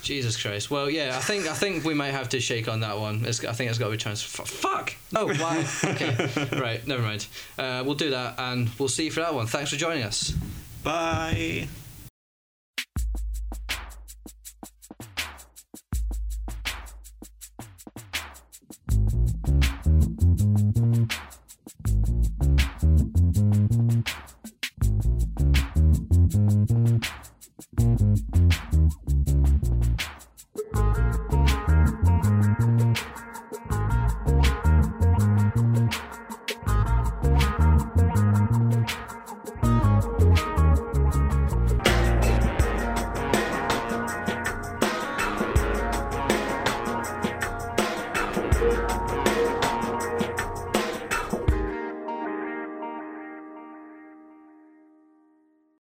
Speaker 1: Jesus Christ. Well, yeah, I think I think we might have to shake on that one. It's, I think it's got to be trans. fu- Fuck. Oh, [laughs] why? okay. Right. Never mind. Uh, we'll do that, and we'll see you for that one. Thanks for joining us.
Speaker 2: Bye.